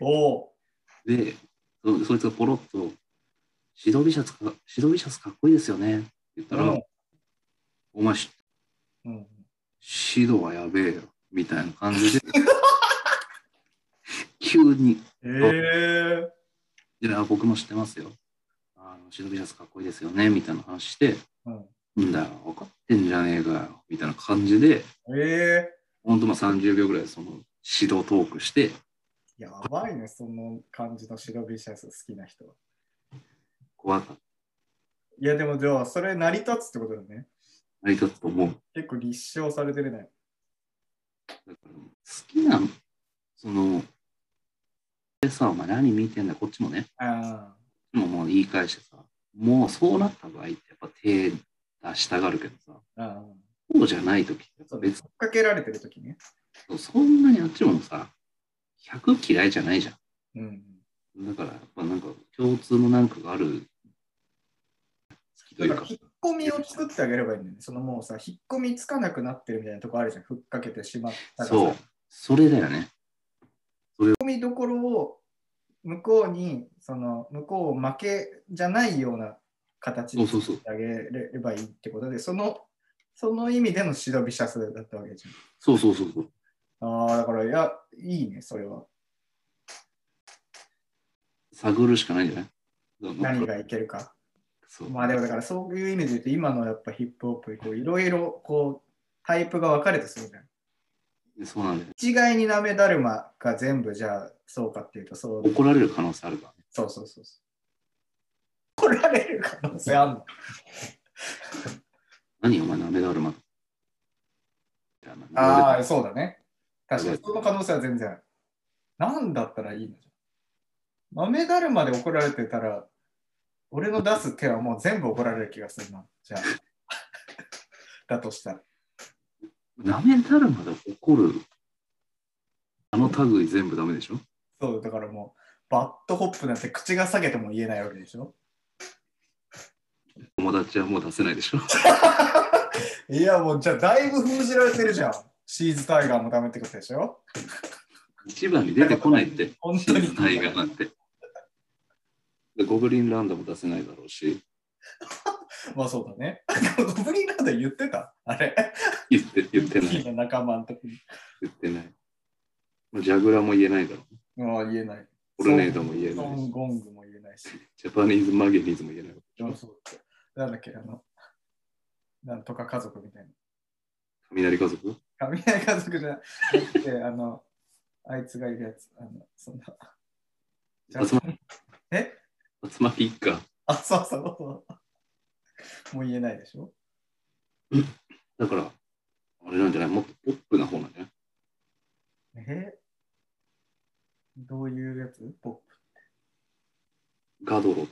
Speaker 4: おう
Speaker 3: た。で、そそいつがポロッと、シドビシャツか、シドビシャスかっこいいですよね。って言ったら、
Speaker 4: うん
Speaker 3: お前、し
Speaker 4: うん。
Speaker 3: シドはやべえよ。みたいな感じで、 急に
Speaker 4: ええ
Speaker 3: で、あ僕も知ってますよ。あの、シドビシャスかっこいいですよね、みたいな話して、
Speaker 4: うん
Speaker 3: んだよ、分かってんじゃねえかよ、みたいな感じで、
Speaker 4: ええ
Speaker 3: ほんとまあ30秒ぐらいその指導トークして、
Speaker 4: やばいね、その感じの白ビシャス好きな人は。
Speaker 3: 怖かった。
Speaker 4: いや、でもじゃあ、それ成り立つってことだね。
Speaker 3: 成り立つと思う。
Speaker 4: 結構立証されてるね。
Speaker 3: だから好きな、その、でさ、お前何見てんだ、こっちもね、
Speaker 4: ああ。
Speaker 3: もうもう言い返してさ、もうそうなった場合ってやっぱ手出したがるけどさ、
Speaker 4: ああ
Speaker 3: そうじゃない時ってやっぱ別
Speaker 4: 追っかけられてる時ね。
Speaker 3: に、そんなにあっちもさ、 100嫌いじゃないじゃ
Speaker 4: うん。
Speaker 3: ん。だから、やっぱなんか共通のなんかがある、好きと
Speaker 4: だ
Speaker 3: い
Speaker 4: か
Speaker 3: うか、
Speaker 4: ら引っ込みを作ってあげればいいんだよね。そのもうさ、引っ込みつかなくなってるみたいなとこあるじゃん。ふっかけてしまったらさ
Speaker 3: そう、それだよね。
Speaker 4: 突っ込みどころを向こうにその向こう負けじゃないような形
Speaker 3: そう
Speaker 4: に
Speaker 3: そ
Speaker 4: し
Speaker 3: うそう。
Speaker 4: てあげればいいってことでそのその意味でのシドビシャスだったわけじ
Speaker 3: そうそうそうそう。
Speaker 4: ゃん。ああだからいやいいねそれは。
Speaker 3: 探るしかないんじゃない
Speaker 4: 何がいけるか。
Speaker 3: そう
Speaker 4: まあでもだからそういう意味で言うと今のやっぱヒップホップこういろいろこうタイプが分かれてするじゃん。
Speaker 3: そうなんだよ。
Speaker 4: 一概になめだるまが全部じゃあそうかっていうとそう
Speaker 3: 怒られる可能性あるからね。
Speaker 4: そうそうそうそう。怒られる可能性あんの
Speaker 3: 何お前、なめだるま。
Speaker 4: あ
Speaker 3: あ。
Speaker 4: あ、そうだね。確かに、その可能性は全然ある。なんだったらいいのじゃん豆だるまで怒られてたら、俺の出す手はもう全部怒られる気がするな。じゃあ。 だとしたら。
Speaker 3: なめだるまで怒る。あの類全部ダメでしょ
Speaker 4: そう、だからもう、バッドホップなんて口が下げても言えないわけでしょ。
Speaker 3: 友達はもう出せないでしょ
Speaker 4: いや、もう、じゃあ、だいぶ封じられてるじゃん。シーズタイガーもダメってことでしょ。
Speaker 3: 一番に出てこないって。
Speaker 4: 本
Speaker 3: シ
Speaker 4: 当
Speaker 3: ー
Speaker 4: に
Speaker 3: ズ。タイガーなんて。でゴブリンランドも出せないだろうし、
Speaker 4: まあそうだね。ゴブリンランド言ってたあれ。
Speaker 3: 言って言ってない。
Speaker 4: の仲間の時に。
Speaker 3: 言ってない。まあジャグラーも言えないだろう。
Speaker 4: もう言えない。
Speaker 3: オルネードも言え
Speaker 4: ソ
Speaker 3: ない
Speaker 4: ン
Speaker 3: し、
Speaker 4: ゴングも言えないし。
Speaker 3: ジャパニーズマゲニーズも言えない。
Speaker 4: そうそうなんだっけ、あの、なんとか家族みたい
Speaker 3: 雷家族
Speaker 4: な。雷家族じゃなくて、あの、あいつがいるやつ。あの、そんな。じゃ
Speaker 3: 集ま
Speaker 4: え
Speaker 3: 集まり一家。
Speaker 4: あ、そうそうそう。もう言えないでしょ
Speaker 3: だから、あれなんじゃないもっとポップな方なんじゃない
Speaker 4: えどういうやつポップ
Speaker 3: ガドロとか。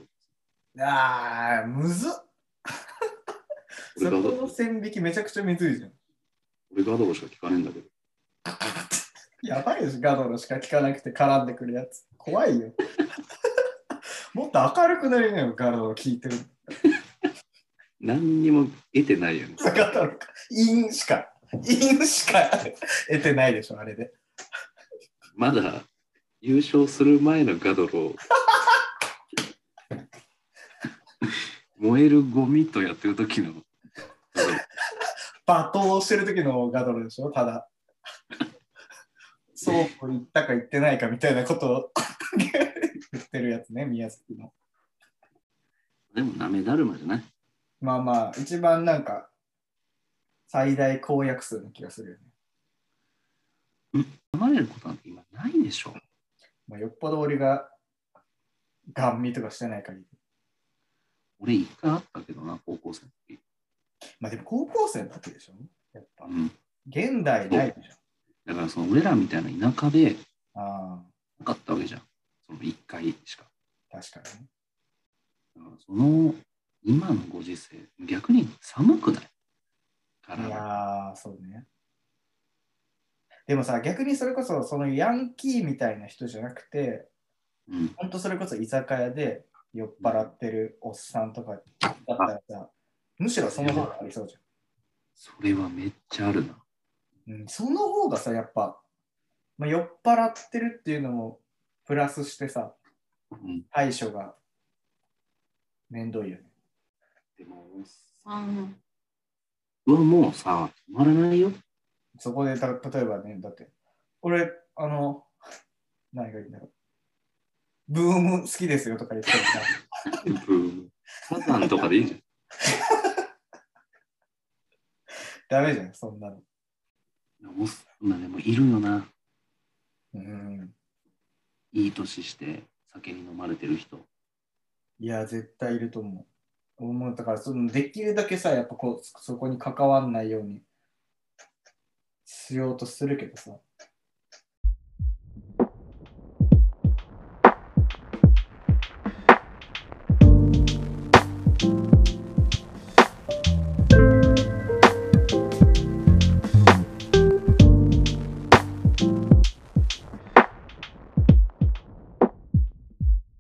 Speaker 4: あー、むずっそ
Speaker 3: 俺ガ
Speaker 4: こ
Speaker 3: ド
Speaker 4: の
Speaker 3: ロ、
Speaker 4: 線引きめちゃくちゃむずいじゃん。
Speaker 3: 俺ガドロしか聞かねえんだけど。
Speaker 4: やばいです、ガドロしか聞かなくて絡んでくるやつ。怖いよ。 もっと明るくなりなよ、ガドロ聞いてる。
Speaker 3: 何にも得てないよね。
Speaker 4: ガドロか。陰しか、陰しか得てないでしょ、あれで。
Speaker 3: まだ優勝する前のガドロ。燃えるゴミとやってる時のガドロ。
Speaker 4: 罵倒してる時のガドロでしょ、ただ。そう言ったか言ってないかみたいなことを言ってるやつね、宮崎の。
Speaker 3: でもなめだるまじゃない
Speaker 4: まあまあ、一番なんか、最大公約数の気がするよね。
Speaker 3: 黙れることなんて今ないでしょ。
Speaker 4: まあ、よっぽど俺が、ガン見とかしてない限り。
Speaker 3: 俺一回あったけどな、高校生の時。
Speaker 4: まあでも高校生の時でしょやっぱ
Speaker 3: う。ん。
Speaker 4: 現代ないでしょ
Speaker 3: だからその俺らみたいな田舎で
Speaker 4: あ
Speaker 3: なかったわけじゃん。その一回しか。
Speaker 4: あ、確かにね。
Speaker 3: だからその今のご時世逆に寒くないか
Speaker 4: い
Speaker 3: ら
Speaker 4: やー、そうね。でもさ、逆にそれこそ、そのヤンキーみたいな人じゃなくて、
Speaker 3: うん、
Speaker 4: ほんとそれこそ居酒屋で酔っ払ってるおっさんとかだったらさ、むしろその方がありそうじ
Speaker 3: それはめっちゃあるな
Speaker 4: ゃん。うん、その方がさ、やっぱ、まあ、酔っ払ってるっていうのもプラスしてさ、
Speaker 3: うん
Speaker 4: 対処が面倒いよね。
Speaker 3: でもおっさんはもうさ止まらないよ
Speaker 4: そこでた、例えばね、だって、俺、あの、何がいいんだろう。ブーム好きですよとか言ってるさ、
Speaker 3: サザンとかでいいじゃん
Speaker 4: ダメじゃん、そんなの。
Speaker 3: おっさんまあでもいるよな
Speaker 4: うん。
Speaker 3: いい年して酒に飲まれてる人
Speaker 4: いや、絶対いると思う。思うだからその、できるだけさ、やっぱこう、そそこに関わんないようにしようとするけどさ、